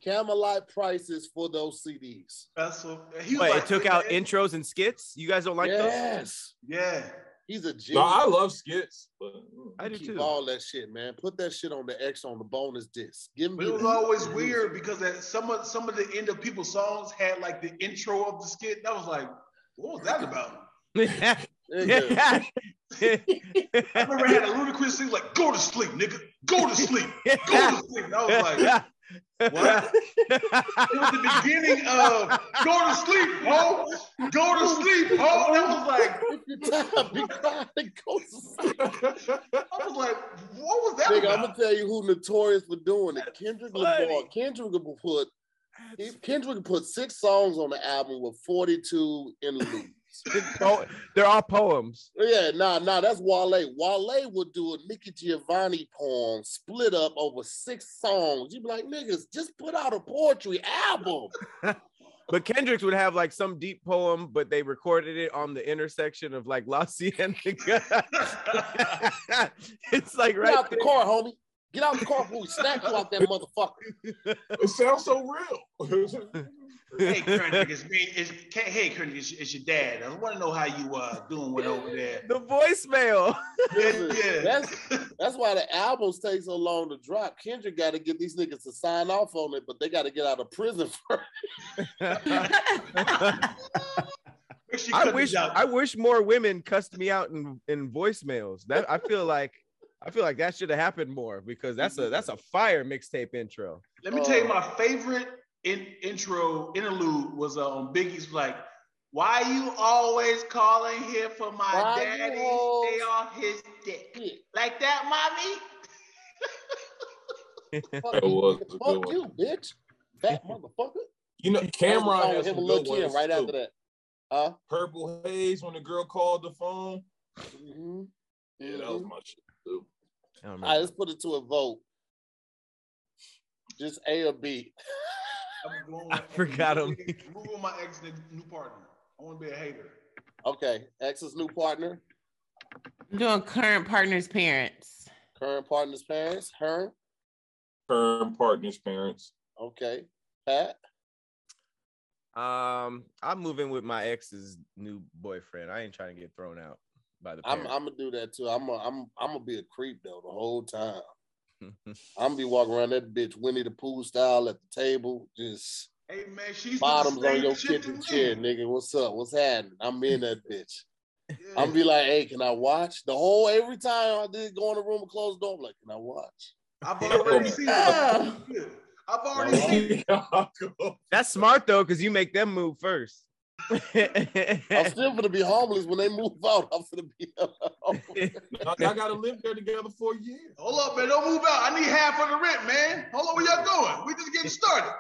S3: Camelot prices for those CDs.
S1: That's what he was
S5: Wait,
S1: like,
S5: it took out
S1: "Man,
S5: intros and skits. You guys don't like those?
S3: yes,
S1: Yeah,
S3: he's a genius.
S2: No, I love skits. But,
S5: I do
S3: Keep
S5: too.
S3: all that shit, man. Put that shit on the X on the bonus disc. Give me.
S1: but it was
S3: that.
S1: always weird because that some of some of the end of people's songs had like the intro of the skit. And I was like, what was that about?
S3: Nigga,
S1: I remember it had a ludicrous thing like "Go to sleep, nigga. Go to sleep. Go to sleep." And I was like, "What?" It was the beginning of go to sleep, ho. Go to sleep, ho. And I was like,
S3: Be quiet and go to sleep.
S1: I was like, what was that
S3: Nigga, I'm
S1: about?
S3: gonna tell you who notorious for doing it. Kendrick
S5: funny.
S3: Lamar. Kendrick will put he- Kendrick put six songs on the album with 42 interludes.
S5: It's po- They're all poems.
S3: yeah, nah, nah, that's Wale. Wale would do a Nicki Giovanni poem split up over six songs. You'd be like, niggas, just put out a poetry album.
S5: But Kendrick's would have like some deep poem, but they recorded it on the intersection of like La Cienega. it's like
S3: Get
S5: right
S3: out the car, homie. Get out the car before we snap you out that motherfucker.
S2: It sounds so real.
S5: there.
S1: Hey, Kendrick, it's me. It's, hey, Kendrick, it's, it's your dad. I want to know how you uh doing with over there.
S5: the voicemail.
S1: Yeah,
S3: Listen,
S1: yeah.
S3: That's that's why the albums take so long to drop. Kendrick got to get these niggas to sign off on it, but they got to get out of prison first. Uh.
S1: Make sure you
S5: I
S1: cut
S5: wish
S1: this out.
S5: I wish more women cussed me out in, in voicemails. That I feel like I feel like that should have happened more because that's a that's a fire mixtape intro.
S1: Let me tell you, my favorite in, intro interlude was uh, on Biggie's like, "Why you always calling here for my
S3: Why you
S1: daddy? Stay
S3: always-
S1: off his dick
S3: Shit,
S1: like that, mommy."
S3: fuck
S2: That
S3: you,
S2: was a
S3: nigga.
S2: good
S3: fuck
S2: one.
S3: you, bitch. Fat motherfucker.
S2: You know, Cameron
S3: That
S2: has
S3: was him
S2: some
S3: and
S2: good
S3: Lil' Kim
S2: ones
S3: right
S2: too.
S3: after that. Huh?
S2: Purple Haze when the girl called the phone.
S3: Mm-hmm.
S2: Yeah, that was my shit too.
S5: I
S3: All
S5: don't
S3: right,
S5: remember.
S3: let's put it to a vote. Just A or B.
S1: I'm going
S5: I forgot him.
S1: Move on my ex nigga, new partner. I want to be a hater.
S3: Okay. Ex's new partner,
S4: I'm doing current partner's parents.
S3: current partner's parents, her.
S2: Current partners, parents.
S3: Okay. Pat.
S5: Um, I'm moving with my ex's new boyfriend. I ain't trying to get thrown out by the
S3: I'm
S5: parents.
S3: I'm gonna do that too. I'm a, I'm I'm gonna be a creep though the whole time. I'm gonna be walking around that bitch Winnie the Pooh style at the table, just
S1: Hey man, she's
S3: bottoms on your kitchen chair, nigga. What's up? What's happening? I'm in that bitch. I'm
S1: I'm
S3: gonna be like, hey, can I watch the whole? Every time I did go in the room and close the door, I'm like, can I watch?
S1: I've already seen it.
S4: Oh.
S1: I've already seen it.
S2: That's
S5: that's smart though, because you make them move first.
S3: I'm still gonna be homeless when they move out. I'm gonna be.
S2: Y'all gotta live there together for a year.
S1: Hold up, man. Don't move out. I need half of the rent, man. Hold on, where y'all going? We just getting started.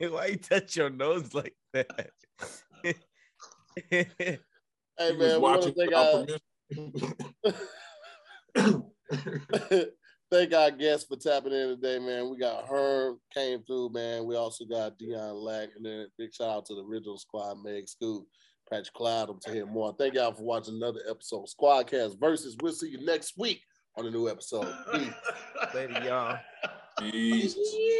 S5: Why you touch your nose like that?
S3: hey
S2: He was
S3: man, want to
S2: watching
S3: thank
S2: without
S3: our
S2: permission.
S3: thank our guests for tapping in today, man. We got Herm came through, man. We also got Dion Lack, and then big shout out to the original squad, Meg Scoop, Patrick Cloud. I'm to hear more. Thank y'all for watching another episode of Squadcast versus. We'll see you next week on a new episode. Peace.
S5: Later, y'all.
S2: Jeez.
S4: Yeah.